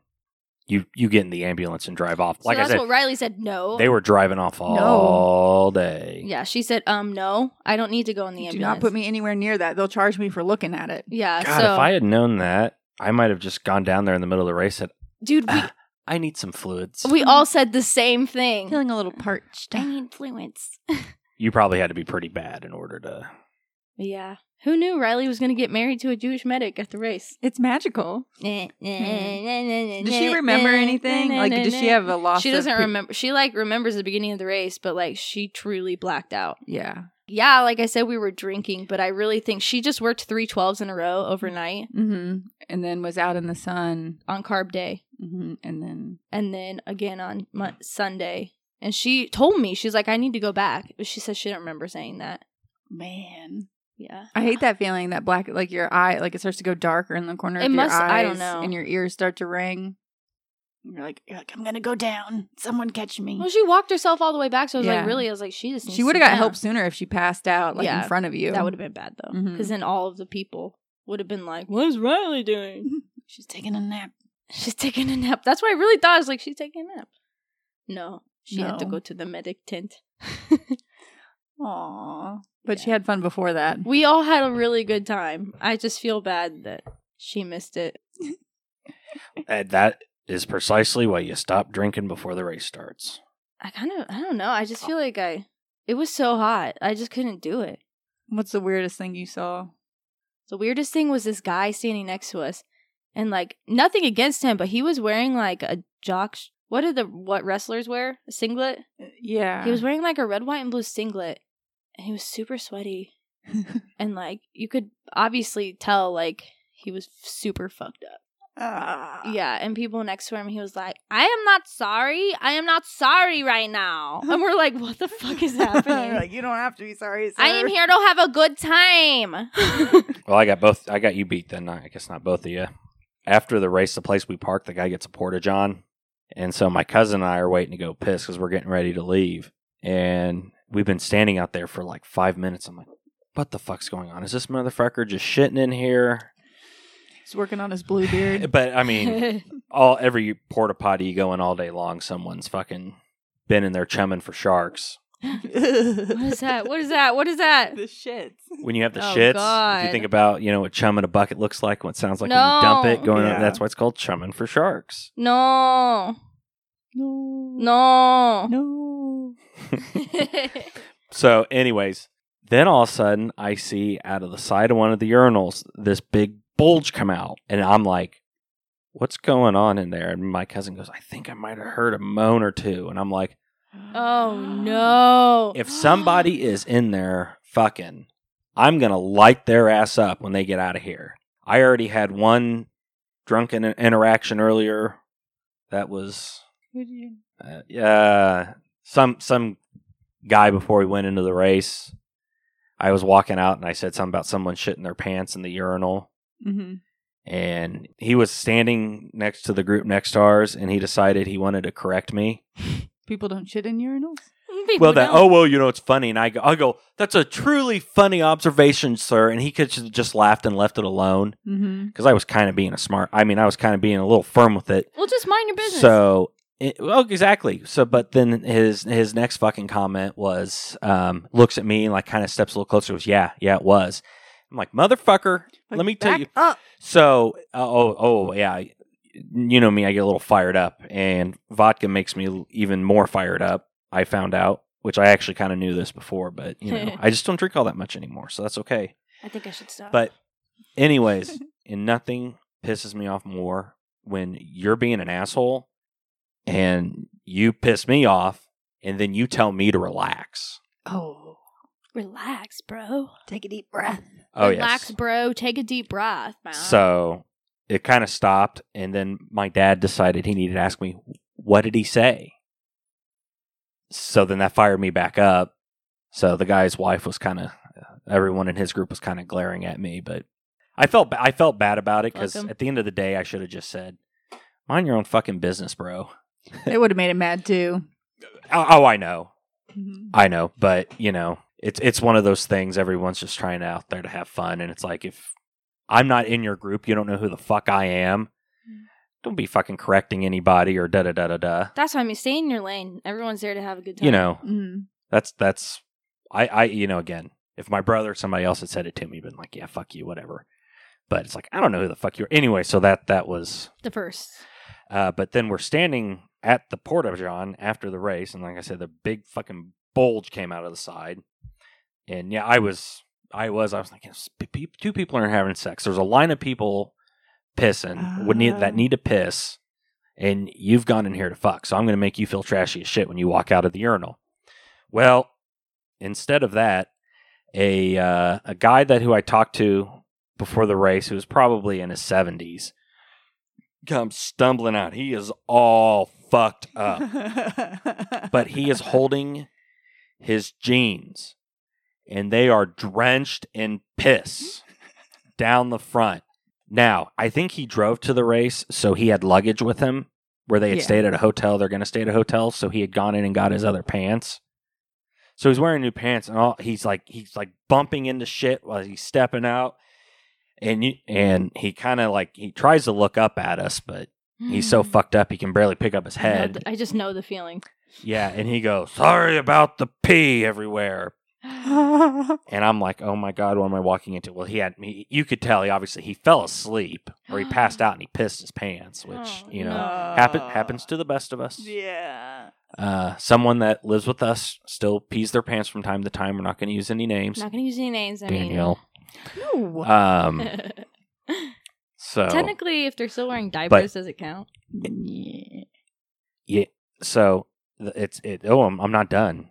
Speaker 1: you you get in the ambulance and drive off.
Speaker 2: So
Speaker 1: Like I
Speaker 2: that's
Speaker 1: said,
Speaker 2: what Riley said. No,
Speaker 1: they were driving off all day.
Speaker 2: Yeah, she said, "Um, no, I don't need to go in the
Speaker 3: Do
Speaker 2: ambulance."
Speaker 3: not put me anywhere near that. They'll charge me for looking at it.
Speaker 2: Yeah.
Speaker 1: God,
Speaker 2: so,
Speaker 1: if I had known that, I might have just gone down there in the middle of the race. and
Speaker 2: dude,
Speaker 1: I need some fluids.
Speaker 2: we we all said the same thing.
Speaker 3: Feeling a little parched.
Speaker 2: I need fluids.
Speaker 1: you probably had to be pretty bad in order to.
Speaker 2: yeah. Who knew Riley was going to get married to a Jewish medic at the race?
Speaker 3: It's magical.
Speaker 2: Does
Speaker 3: Does
Speaker 2: she
Speaker 3: she remember anything? Like, does she have a loss?
Speaker 2: She
Speaker 3: of
Speaker 2: doesn't
Speaker 3: pe-
Speaker 2: remember. She like remembers the beginning of the race, but like she truly blacked out.
Speaker 3: Yeah.
Speaker 2: Yeah, like I said, we were drinking, but I really think she just worked three twelves in a row overnight
Speaker 3: hmm And then was out in the sun.
Speaker 2: on carb day,
Speaker 3: hmm And then
Speaker 2: and then again on Mo- Sunday. And she told me she's like, I need to go back. But she says she didn't remember saying that.
Speaker 3: man,
Speaker 2: Yeah.
Speaker 3: I hate that feeling that black, like your eye, like it starts to go darker in the corner
Speaker 2: It
Speaker 3: of
Speaker 2: must-
Speaker 3: your eyes.
Speaker 2: I don't know.
Speaker 3: And your ears start to ring. And You're like, you're like, I'm gonna go down. Someone catch me.
Speaker 2: Well, she walked herself all the way back, so I was
Speaker 3: Yeah.
Speaker 2: like, really? I was like, she just needs
Speaker 3: she would
Speaker 2: to
Speaker 3: have got
Speaker 2: down.
Speaker 3: help sooner if she passed out, like
Speaker 2: Yeah,
Speaker 3: in front of you.
Speaker 2: That would have been bad though, because
Speaker 3: Mhm.
Speaker 2: then all of the people would have been like, "What is Riley doing?
Speaker 3: She's taking a nap.
Speaker 2: she's taking a nap." That's what I really thought. I was like, "She's taking a nap." No, she had to
Speaker 3: No.
Speaker 2: go to the medic tent.
Speaker 3: Aww. But she
Speaker 2: Yeah.
Speaker 3: had fun before that.
Speaker 2: we all had a really good time. I just feel bad that she missed it.
Speaker 1: And that is precisely why you stop drinking before the race starts.
Speaker 2: I kind of, I don't know. I just feel like I. It was so hot. I just couldn't do it.
Speaker 3: What's the weirdest thing you saw?
Speaker 2: The weirdest thing was this guy standing next to us, and like nothing against him, but he was wearing like a jock. sh- What did the what wrestlers wear? A singlet.
Speaker 3: Uh, Yeah.
Speaker 2: He was wearing like a red, white, and blue singlet, and he was super sweaty, and like you could obviously tell like he was super fucked up.
Speaker 3: Ah.
Speaker 2: Yeah, and people next to him, he was like, "I am not sorry. I am not sorry right now." And we're like, "What the fuck is happening?"
Speaker 3: like, you don't have to be sorry.
Speaker 2: I am
Speaker 3: sir."
Speaker 2: here to have a good time.
Speaker 1: Well, I got both. I got you beat then. I guess not both of you. After the race, the place we parked, the guy gets a porta john, and so my cousin and I are waiting to go piss because we're getting ready to leave, and we've been standing out there for like five minutes. I'm like, what the fuck's going on? Is this motherfucker just shitting in here?
Speaker 3: He's working on his blue beard.
Speaker 1: But I mean, all every porta potty you go in all day long, someone's fucking been in there chumming for sharks.
Speaker 2: what is that? What is that? What is that?
Speaker 3: The shits.
Speaker 1: When you have the
Speaker 2: Oh,
Speaker 1: shits, if
Speaker 2: God.
Speaker 1: you think about you know what chum in a bucket looks like, what it sounds like
Speaker 2: No.
Speaker 1: when you dump it, going
Speaker 3: Yeah.
Speaker 1: that's why it's called chumming for sharks.
Speaker 2: No,
Speaker 3: No.
Speaker 2: no.
Speaker 3: No.
Speaker 1: So, anyways, then all of a sudden I see out of the side of one of the urinals this big bulge come out, and I'm like, "What's going on in there?" And my cousin goes, "I think I might have heard a moan or two. and I'm like,
Speaker 2: oh no!
Speaker 1: "If somebody is in there fucking, I'm gonna light their ass up when they get out of here." I already had one drunken interaction earlier. That was
Speaker 3: Who do you?
Speaker 1: uh, yeah, some some guy before we went into the race, I was walking out and I said something about someone shitting their pants in the urinal,
Speaker 3: Mm-hmm.
Speaker 1: and he was standing next to the group next to ours, and he decided he wanted to correct me.
Speaker 3: People don't shit in urinals.
Speaker 2: People
Speaker 1: well, that
Speaker 2: don't-
Speaker 1: oh well, you know it's funny, and I go I go that's a truly funny observation, sir, and he could have just laughed and left it alone
Speaker 3: Mm-hmm.
Speaker 1: because I was kind of being a smart. I mean, I was kind of being a little firm with it.
Speaker 2: Well, just mind your business.
Speaker 1: So, it, well, exactly. So, but then his his next fucking comment was, um, looks at me and like kind of steps a little closer. Was yeah, yeah, it was. I'm like motherfucker. Let me tell you.
Speaker 3: Up.
Speaker 1: So, uh, oh, oh, yeah. I- You know me. I get a little fired up, and vodka makes me even more fired up. I found out, which I actually kind of knew this before, but you know, I just don't drink all that much anymore, so that's okay.
Speaker 2: I think I should stop.
Speaker 1: But anyways, and nothing pisses me off more when you're being an asshole and you piss me off and then you tell me to relax.
Speaker 3: Oh,
Speaker 2: relax, bro.
Speaker 3: take a deep breath.
Speaker 1: Oh
Speaker 2: relax,
Speaker 1: yes.
Speaker 2: bro. Take a deep breath. man.
Speaker 1: So it kind of stopped and then my dad decided he needed to ask me what did he say? So then that fired me back up. So the guy's wife was kind of everyone in his group was kind of glaring at me, but I felt ba- I felt bad about it
Speaker 2: Fuck
Speaker 1: because
Speaker 2: 'em.
Speaker 1: at the end of the day, I should have just said, "Mind your own fucking business, bro."
Speaker 3: They would have made him mad too.
Speaker 1: Oh, oh, I know,
Speaker 3: Mhm.
Speaker 1: I know, but you know, it's it's one of those things. Everyone's just trying out there to have fun, and it's like if I'm not in your group, you don't know who the fuck I am. Don't be fucking correcting anybody or da da da da da.
Speaker 2: that's what I mean. Stay in your lane. Everyone's there to have a good time.
Speaker 1: You know,
Speaker 3: Mhm.
Speaker 1: that's that's I I you know again if my brother or somebody else had said it to me, been like yeah fuck you whatever, but it's like I don't know who the fuck you are anyway. So that that was
Speaker 2: the first.
Speaker 1: uh, but then we're standing at the Porta John after the race, and like I said, the big fucking bulge came out of the side. And yeah, I was, I was, I was like, "Yes, pe- pe- two people are having sex. There's a line of people pissing would need that
Speaker 3: Ah.
Speaker 1: need to piss, and you've gone in here to fuck. So I'm going to make you feel trashy as shit when you walk out of the urinal. Well, instead of that, a uh, a guy that who I talked to before the race, who was probably in his 70s, comes stumbling out. He is all fucked
Speaker 3: Mm-hmm.
Speaker 1: up, but he is holding his jeans and they are drenched in piss down the front. Now, I think he drove to the race, so he had luggage with him where they had
Speaker 3: Yeah.
Speaker 1: stayed at a hotel. They're going to stay at a hotel, so he had gone in and got his other pants. So he's wearing new pants, and all he's like he's like bumping into shit while he's stepping out, and you and he kind of like he tries to look up at us, but he's so
Speaker 2: Mm-hmm.
Speaker 1: fucked up he can barely pick up his
Speaker 2: Hmm. I know
Speaker 1: head.
Speaker 2: th- I just know the feeling.
Speaker 1: Yeah, and he goes, "Sorry about the pee everywhere."
Speaker 3: That's
Speaker 1: And I'm like, "Oh my god, what am I walking into?" Well, he had he, you could tell he obviously he fell asleep or he passed out and he pissed his pants, which,
Speaker 2: Oh,
Speaker 1: you know,
Speaker 3: no.
Speaker 1: happen, happens to the best of us.
Speaker 3: Yeah.
Speaker 1: Uh, someone that lives with us still pees their pants from time to time. We're not going to use any names.
Speaker 2: I'm not gonna use any names. I
Speaker 1: Danielle.
Speaker 3: No.
Speaker 1: Um,
Speaker 2: mean,
Speaker 1: so
Speaker 2: technically, if they're still wearing diapers, does it count?
Speaker 3: Yeah.
Speaker 1: Yeah. So th- it's it. Oh, I'm, I'm not done.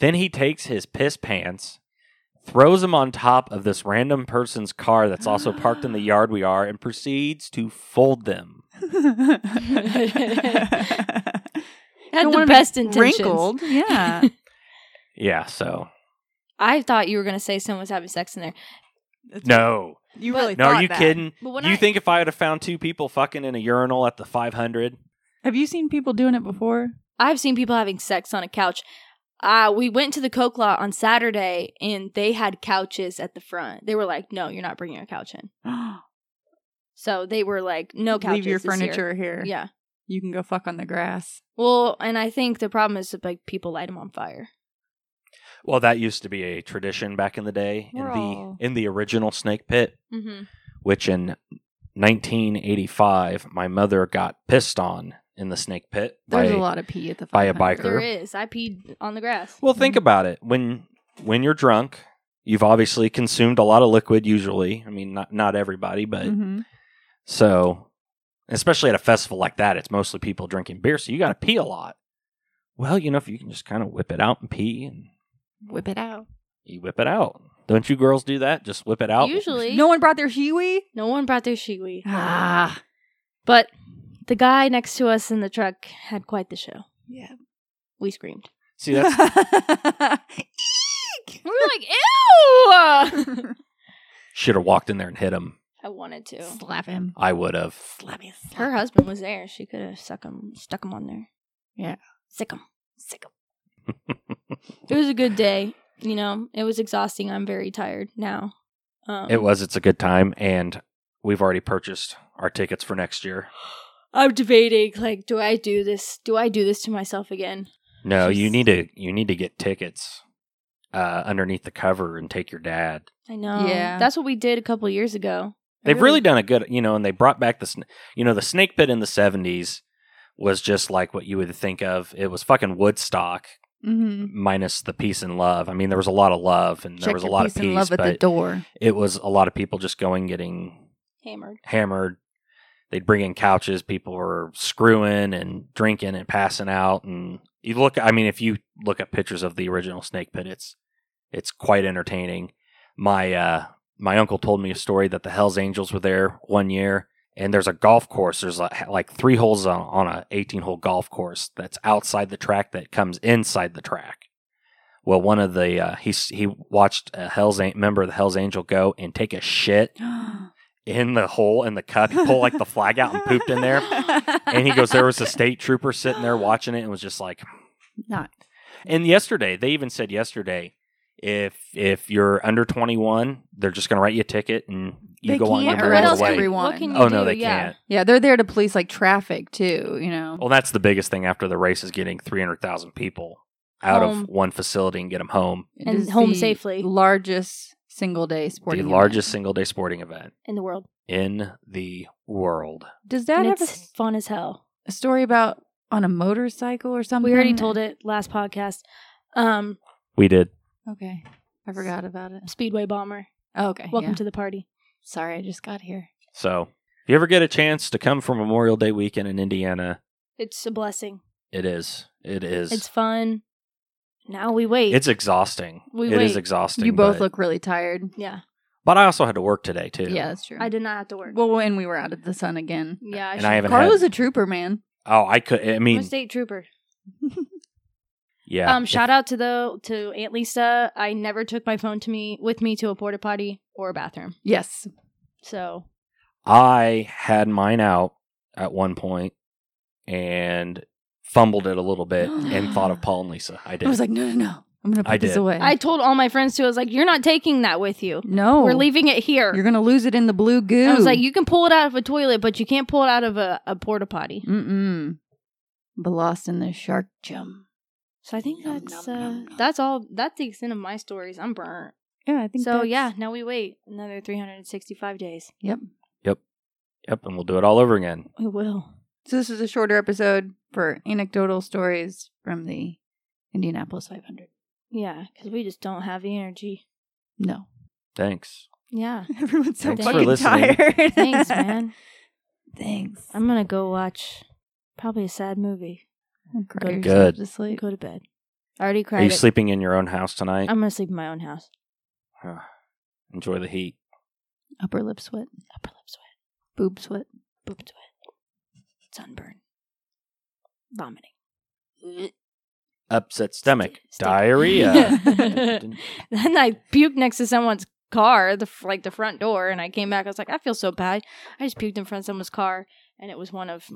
Speaker 1: Then he takes his piss pants, throws them on top of this random person's car that's also parked in the yard we are, and proceeds to fold them.
Speaker 2: Had
Speaker 3: Don't
Speaker 2: the
Speaker 3: wanna be
Speaker 2: best intentions.
Speaker 3: Wrinkled. Yeah.
Speaker 1: Yeah. So
Speaker 2: I thought you were gonna say someone was having sex in there.
Speaker 3: That's-
Speaker 1: no,
Speaker 3: You
Speaker 2: But-
Speaker 3: really
Speaker 1: no, are
Speaker 3: thought
Speaker 1: you
Speaker 3: that.
Speaker 1: kidding?
Speaker 2: But when
Speaker 1: you
Speaker 2: I-
Speaker 1: think if I would have found two people fucking in a urinal at the 500?
Speaker 3: Have you seen people doing it before?
Speaker 2: I've seen people having sex on a couch. Uh, we went to the Coke Lot on Saturday and they had couches at the front. They were like, no, you're not bringing a couch in. So they were like, no couches.
Speaker 3: Leave your
Speaker 2: this year.
Speaker 3: furniture here.
Speaker 2: Yeah.
Speaker 3: You can go fuck on the grass.
Speaker 2: Well, and I think the problem is that like people light them on fire.
Speaker 1: Well, that used to be a tradition back in the day in
Speaker 3: We're all-
Speaker 1: the in the original snake pit.
Speaker 2: Mm-hmm.
Speaker 1: which in 1985 my mother got pissed on in the snake pit by,
Speaker 3: There's a lot of pee at the
Speaker 1: by a
Speaker 3: 500.
Speaker 1: biker.
Speaker 2: There is. I peed on the grass.
Speaker 1: well think about it when when you're drunk you've obviously consumed a lot of liquid usually i mean not not everybody but
Speaker 3: Mhm.
Speaker 1: so especially at a festival like that it's mostly people drinking beer so you got to pee a lot well you know if you can just kind of whip it out and pee and
Speaker 3: Whip it out.
Speaker 1: you whip it out don't you girls do that just whip it out
Speaker 2: Mm-hmm. Usually,
Speaker 3: No one brought their shiwi.
Speaker 2: no one brought their shiwi.
Speaker 3: Ah,
Speaker 2: But the guy next to us in the truck had quite the show.
Speaker 3: yeah.
Speaker 2: We screamed.
Speaker 1: see that's
Speaker 2: We were like, ew!
Speaker 1: should have walked in there and hit him
Speaker 2: I wanted to.
Speaker 3: slap him.
Speaker 1: i would have
Speaker 3: Slap him. Slap.
Speaker 2: Her husband was there. She could have stuck him, stuck him on there.
Speaker 3: Yeah.
Speaker 2: Sick him. Sick him. it was a good day. You know, it was exhausting. I'm very tired now. Um,
Speaker 1: It was. It's a good time, and we've already purchased our tickets for next year.
Speaker 2: I'm debating, like, do I do this? Do I do this to myself again?
Speaker 1: No, you
Speaker 2: Jeez.
Speaker 1: need to you need to get tickets uh, underneath the cover and take your dad.
Speaker 2: I know.
Speaker 3: Yeah.
Speaker 2: That's what we did a couple years ago. I
Speaker 1: They've really done a good, you know, and they brought back the, sn- you know, the snake pit in the '70s was just like what you would think of. It was fucking Woodstock
Speaker 3: Mm-hmm.
Speaker 1: minus the peace and love. I mean, there was a lot of love and there was a lot of
Speaker 3: and
Speaker 1: peace,
Speaker 3: love at the
Speaker 1: but
Speaker 3: door.
Speaker 1: it was a lot of people just going getting
Speaker 2: hammered.
Speaker 1: hammered. They'd bring in couches. People were screwing and drinking and passing out. And you look, I mean, if you look at pictures of the original Snake Pit, it's it's quite entertaining. My uh, my uncle told me a story that the Hell's Angels were there one year, and there's a golf course. There's like, like three holes on, on a 18 hole golf course that's outside the track that comes inside the track. Well, one of the uh, he s- he watched a Hell's An- member of the Hell's Angel go and take a shit in the hole in the cup, he pulled like the flag out and pooped in there. And he goes, there was a state trooper sitting there watching it and was just like,
Speaker 3: Not.
Speaker 1: and yesterday they even said yesterday, if if you're under 21, they're just gonna write you a ticket and you
Speaker 3: They
Speaker 1: go on your
Speaker 3: can't
Speaker 2: What
Speaker 1: merry
Speaker 2: else
Speaker 3: arrest
Speaker 2: can-
Speaker 1: way.
Speaker 3: everyone.
Speaker 2: What can you
Speaker 1: Oh no,
Speaker 2: do?
Speaker 1: they
Speaker 2: Yeah.
Speaker 1: can't.
Speaker 3: Yeah, they're there to police like traffic too. You know.
Speaker 1: Well, that's the biggest thing after the race is getting 300,000 people out
Speaker 2: Home.
Speaker 1: of one facility and get them home.
Speaker 3: It
Speaker 2: and
Speaker 3: is
Speaker 2: home
Speaker 3: the
Speaker 2: safely.
Speaker 3: Largest single day sporting.
Speaker 1: the
Speaker 3: event.
Speaker 1: largest single day sporting event
Speaker 2: in the world.
Speaker 1: in the world.
Speaker 3: Does that
Speaker 2: And
Speaker 3: have a,
Speaker 2: it's
Speaker 3: s-
Speaker 2: fun as hell.
Speaker 3: a story about on a motorcycle or something?
Speaker 2: We already told it last podcast. Um,
Speaker 1: We did.
Speaker 3: Okay, I forgot about it.
Speaker 2: Speedway Bomber.
Speaker 3: Oh, okay,
Speaker 2: Welcome
Speaker 3: yeah.
Speaker 2: to the party.
Speaker 3: Sorry, I just got here.
Speaker 1: So if you ever get a chance to come for Memorial Day weekend in Indiana,
Speaker 2: It's a blessing.
Speaker 1: It is. It is.
Speaker 2: It's
Speaker 1: It's,
Speaker 2: fun. Now we wait.
Speaker 1: exhausting. It
Speaker 2: We
Speaker 1: is
Speaker 2: wait.
Speaker 1: exhausting.
Speaker 3: you both
Speaker 1: but,
Speaker 3: look really tired.
Speaker 2: yeah.
Speaker 1: But I also had to work today too.
Speaker 3: Yeah, that's true.
Speaker 2: I did not have to work.
Speaker 3: Well, when we were out at the sun again,
Speaker 2: yeah. I
Speaker 1: and
Speaker 2: should-
Speaker 1: I haven't
Speaker 3: Carlo's
Speaker 1: had.
Speaker 3: a trooper, man.
Speaker 1: oh, I could. I
Speaker 2: I'm a
Speaker 1: mean,
Speaker 2: state trooper.
Speaker 1: Yeah.
Speaker 2: Um, shout out to the to Aunt Lisa. I never took my phone to me with me to a porta potty or a bathroom.
Speaker 3: Yes.
Speaker 2: So
Speaker 1: I had mine out at one point and fumbled it a little bit and thought of Paul and Lisa. I did.
Speaker 3: I was like, no, no, no. I'm gonna put
Speaker 1: I
Speaker 3: this
Speaker 1: did.
Speaker 3: away.
Speaker 2: I told all my friends too. I was like, "You're not taking that with you.
Speaker 3: no.
Speaker 2: We're leaving it here."
Speaker 3: You're gonna lose it in the blue goo.
Speaker 2: I was like, "You can pull it out of a toilet, but you can't pull it out of a, a porta potty."
Speaker 3: Mm. Mm-mm. Be lost in the shark gym.
Speaker 2: So I think
Speaker 3: Nom,
Speaker 2: that's
Speaker 3: nom,
Speaker 2: uh,
Speaker 3: nom, nom.
Speaker 2: that's all. That's the extent of my stories. I'm burnt.
Speaker 3: Yeah, I think
Speaker 2: So yeah, now we wait another 365 days.
Speaker 1: yep, and we'll do it all over again.
Speaker 2: We will.
Speaker 3: So this is a shorter episode for anecdotal stories from the Indianapolis 500.
Speaker 2: Yeah, because we just don't have the energy.
Speaker 3: No,
Speaker 1: Thanks.
Speaker 2: Yeah.
Speaker 3: everyone's
Speaker 1: so
Speaker 2: Thanks for fucking
Speaker 1: listening.
Speaker 3: tired.
Speaker 2: Thanks, man.
Speaker 3: Thanks.
Speaker 2: I'm gonna go watch probably a sad movie.
Speaker 3: Cry
Speaker 1: Good.
Speaker 3: yourself to sleep.
Speaker 2: Go to bed. I already
Speaker 1: Are
Speaker 2: cried.
Speaker 1: you
Speaker 2: it.
Speaker 1: sleeping in your own house tonight?
Speaker 2: I'm gonna sleep in my own house.
Speaker 1: Huh. Enjoy the heat.
Speaker 3: Upper lip sweat,
Speaker 2: Upper lip sweat,
Speaker 3: boob sweat.
Speaker 2: boob sweat, sunburn, vomiting.
Speaker 1: Upset stomach,
Speaker 2: Stick-
Speaker 1: diarrhea.
Speaker 2: then I puked next to someone's car, the f- like the front door, and I came back. I was like, I feel so bad. I just puked in front of someone's car, and it was one of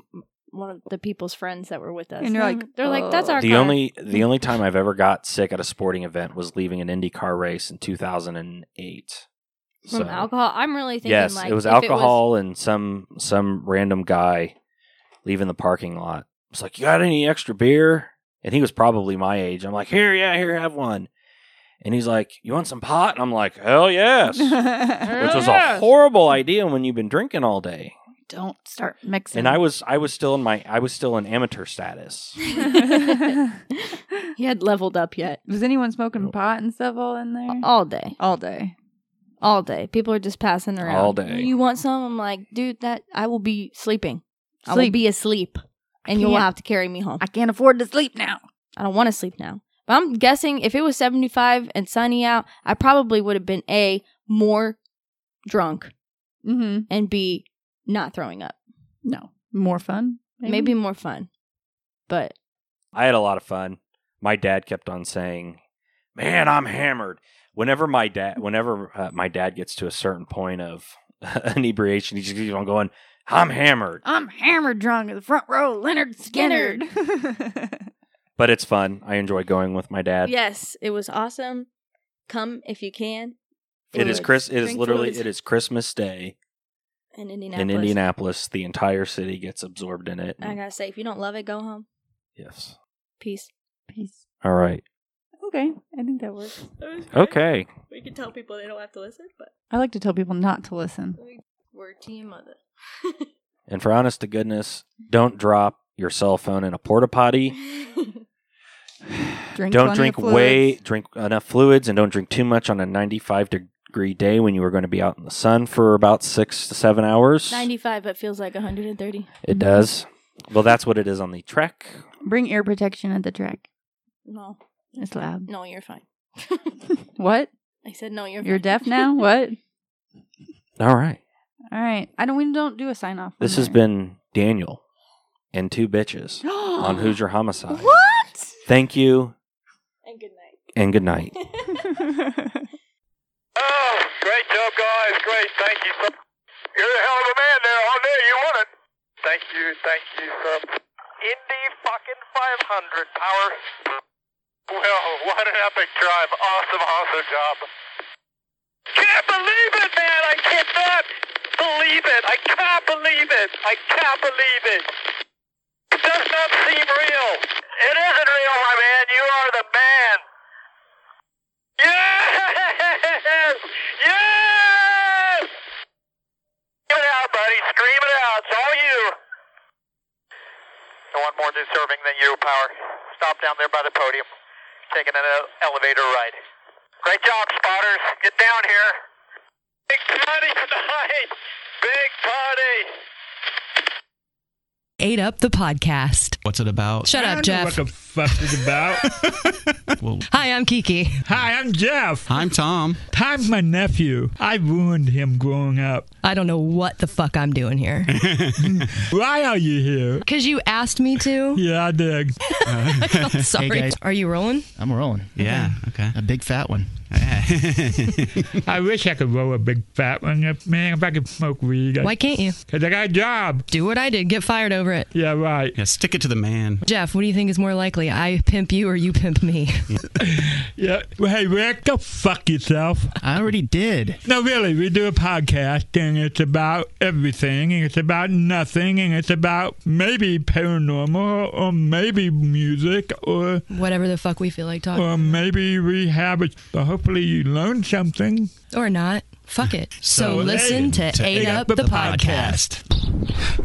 Speaker 2: one of the people's friends that were with us.
Speaker 3: And you're like,
Speaker 2: they're like, that's
Speaker 3: "Oh."
Speaker 2: our
Speaker 1: the
Speaker 2: car.
Speaker 1: only the only time I've ever got sick at a sporting event was leaving an IndyCar race in 2008.
Speaker 2: from
Speaker 1: So-
Speaker 2: alcohol. I'm really thinking
Speaker 1: yes,
Speaker 2: like
Speaker 1: it was
Speaker 2: if
Speaker 1: alcohol and some some random guy leaving the parking lot. It's like, you got any extra beer? And he was probably my age. I'm like, here, yeah, here, have one. And he's like, you want some pot? And I'm like, hell yes, which was a horrible idea when you've been drinking all day.
Speaker 3: Don't start mixing.
Speaker 1: And I was I was still in my I was still in amateur status.
Speaker 2: was- he had leveled up yet
Speaker 3: was anyone smoking pot and stuff all in there?
Speaker 2: all day,
Speaker 3: all day.
Speaker 2: all day. People are just passing around
Speaker 1: All day.
Speaker 2: You want some? I'm like, dude, that I will be sleeping. I will
Speaker 3: Sleep.
Speaker 2: be asleep, and you will
Speaker 3: can't-
Speaker 2: have to carry me home.
Speaker 3: I can't afford to sleep now.
Speaker 2: I don't want to sleep now. But I'm guessing if it was 75 and sunny out, I probably would have been A, more drunk,
Speaker 3: Mm-hmm.
Speaker 2: and B, not throwing up.
Speaker 3: No, more fun.
Speaker 2: Maybe more fun. But
Speaker 1: I had a lot of fun. My dad kept on saying, "Man, I'm hammered." Whenever my dad, whenever uh, my dad gets to a certain point of inebriation, he just keeps on going, "I'm hammered,"
Speaker 3: I'm hammered drunk in the front row. Leonard Skinner.
Speaker 1: but it's fun. I enjoy going with my dad.
Speaker 2: yes, it was awesome. Come if you can.
Speaker 1: it is
Speaker 2: Fluids.
Speaker 1: Chris. It is
Speaker 2: Drink
Speaker 1: literally
Speaker 2: fluids.
Speaker 1: it is Christmas Day
Speaker 2: in Indianapolis.
Speaker 1: in Indianapolis. The entire city gets absorbed in it.
Speaker 2: I gotta say, if you don't love it, go home.
Speaker 1: yes.
Speaker 2: Peace.
Speaker 3: Peace.
Speaker 1: All right.
Speaker 3: Okay, I think that works.
Speaker 1: Okay.
Speaker 5: We can tell people they don't have to listen, but
Speaker 3: I like to tell people not to listen.
Speaker 2: Word to your mother.
Speaker 1: And for honest to goodness, don't drop your cell phone in a porta potty.
Speaker 3: Drink
Speaker 1: don't
Speaker 3: plenty
Speaker 1: drink
Speaker 3: of fluids.
Speaker 1: way drink enough fluids and don't drink too much on a 95 degree day when you are going to be out in the sun for about six to seven hours
Speaker 2: 95, but feels like 130.
Speaker 1: it does well that's what it is on the trek
Speaker 3: Bring ear protection at the track.
Speaker 2: No,
Speaker 3: It's loud.
Speaker 2: no, you're fine.
Speaker 3: What?
Speaker 2: I said, no, you're
Speaker 3: You're
Speaker 2: fine.
Speaker 3: deaf now? What?
Speaker 1: all right
Speaker 3: All right. I don't. We don't do a sign off.
Speaker 1: this has been daniel and two bitches on who's your homicide
Speaker 3: What?
Speaker 1: thank you
Speaker 2: And good
Speaker 1: and good
Speaker 2: night.
Speaker 1: night
Speaker 4: Oh, great job, guys. Great. Thank you so You're a hell of a man there. Oh, there, you won it. Thank you. Thank you, sir. Indy fucking 500 power. Well, what an epic drive. Awesome, awesome job. Can't believe it, man. I cannot believe it. I can't believe it. I can't believe it. It does not seem real. It isn't real, my man. You are the man. Yes! Yes! Scream it out, buddy. Scream it out. It's all you. No one more deserving than you, Power. Stop down there by the podium. Taking an ele- elevator ride. Great job, spotters. Get down here. Big party tonight. Big party.
Speaker 6: Ate Up the Podcast. What's it about?
Speaker 7: Shut up,
Speaker 8: I don't know
Speaker 7: Jeff.
Speaker 8: What the fuck is about?
Speaker 6: Well,
Speaker 7: Hi, I'm Kiki.
Speaker 8: Hi, I'm Jeff.
Speaker 6: I'm Tom.
Speaker 8: Time's my nephew. I ruined him growing up.
Speaker 7: I don't know what the fuck I'm doing here.
Speaker 8: Why are you here?
Speaker 7: Because you asked me to.
Speaker 8: Yeah, I did.
Speaker 7: I'm sorry.
Speaker 9: guys.
Speaker 7: Are you rolling?
Speaker 9: I'm rolling.
Speaker 6: Yeah. Okay.
Speaker 9: A big fat one.
Speaker 8: I wish I could roll a big fat one. If- Man, if I could smoke weed,
Speaker 7: Why can't you?
Speaker 8: because I got a job.
Speaker 7: Do what I did. Get fired over it.
Speaker 8: Yeah, right.
Speaker 6: Yeah. Stick it to the man.
Speaker 7: Jeff, what do you think is more likely? I pimp you or you pimp me?
Speaker 8: Yeah. Well, hey, Rick, go fuck yourself.
Speaker 9: I already did.
Speaker 8: No, really, we do a podcast and it's about everything and it's about nothing and it's about maybe paranormal or maybe music or
Speaker 7: Whatever the fuck we feel like talking.
Speaker 8: or maybe we have a but hopefully you learn something.
Speaker 7: Or not. Fuck it. So, listen to, Ate Up, the, podcast.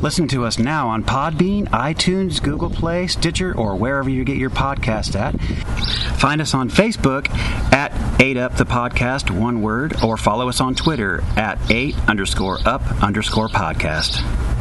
Speaker 10: Listen to us now on Podbean, iTunes, Google Play, Stitcher, or wherever you get your podcast at. Find us on Facebook at 8 Up the Podcast, one word, or follow us on Twitter at 8 underscore up underscore podcast.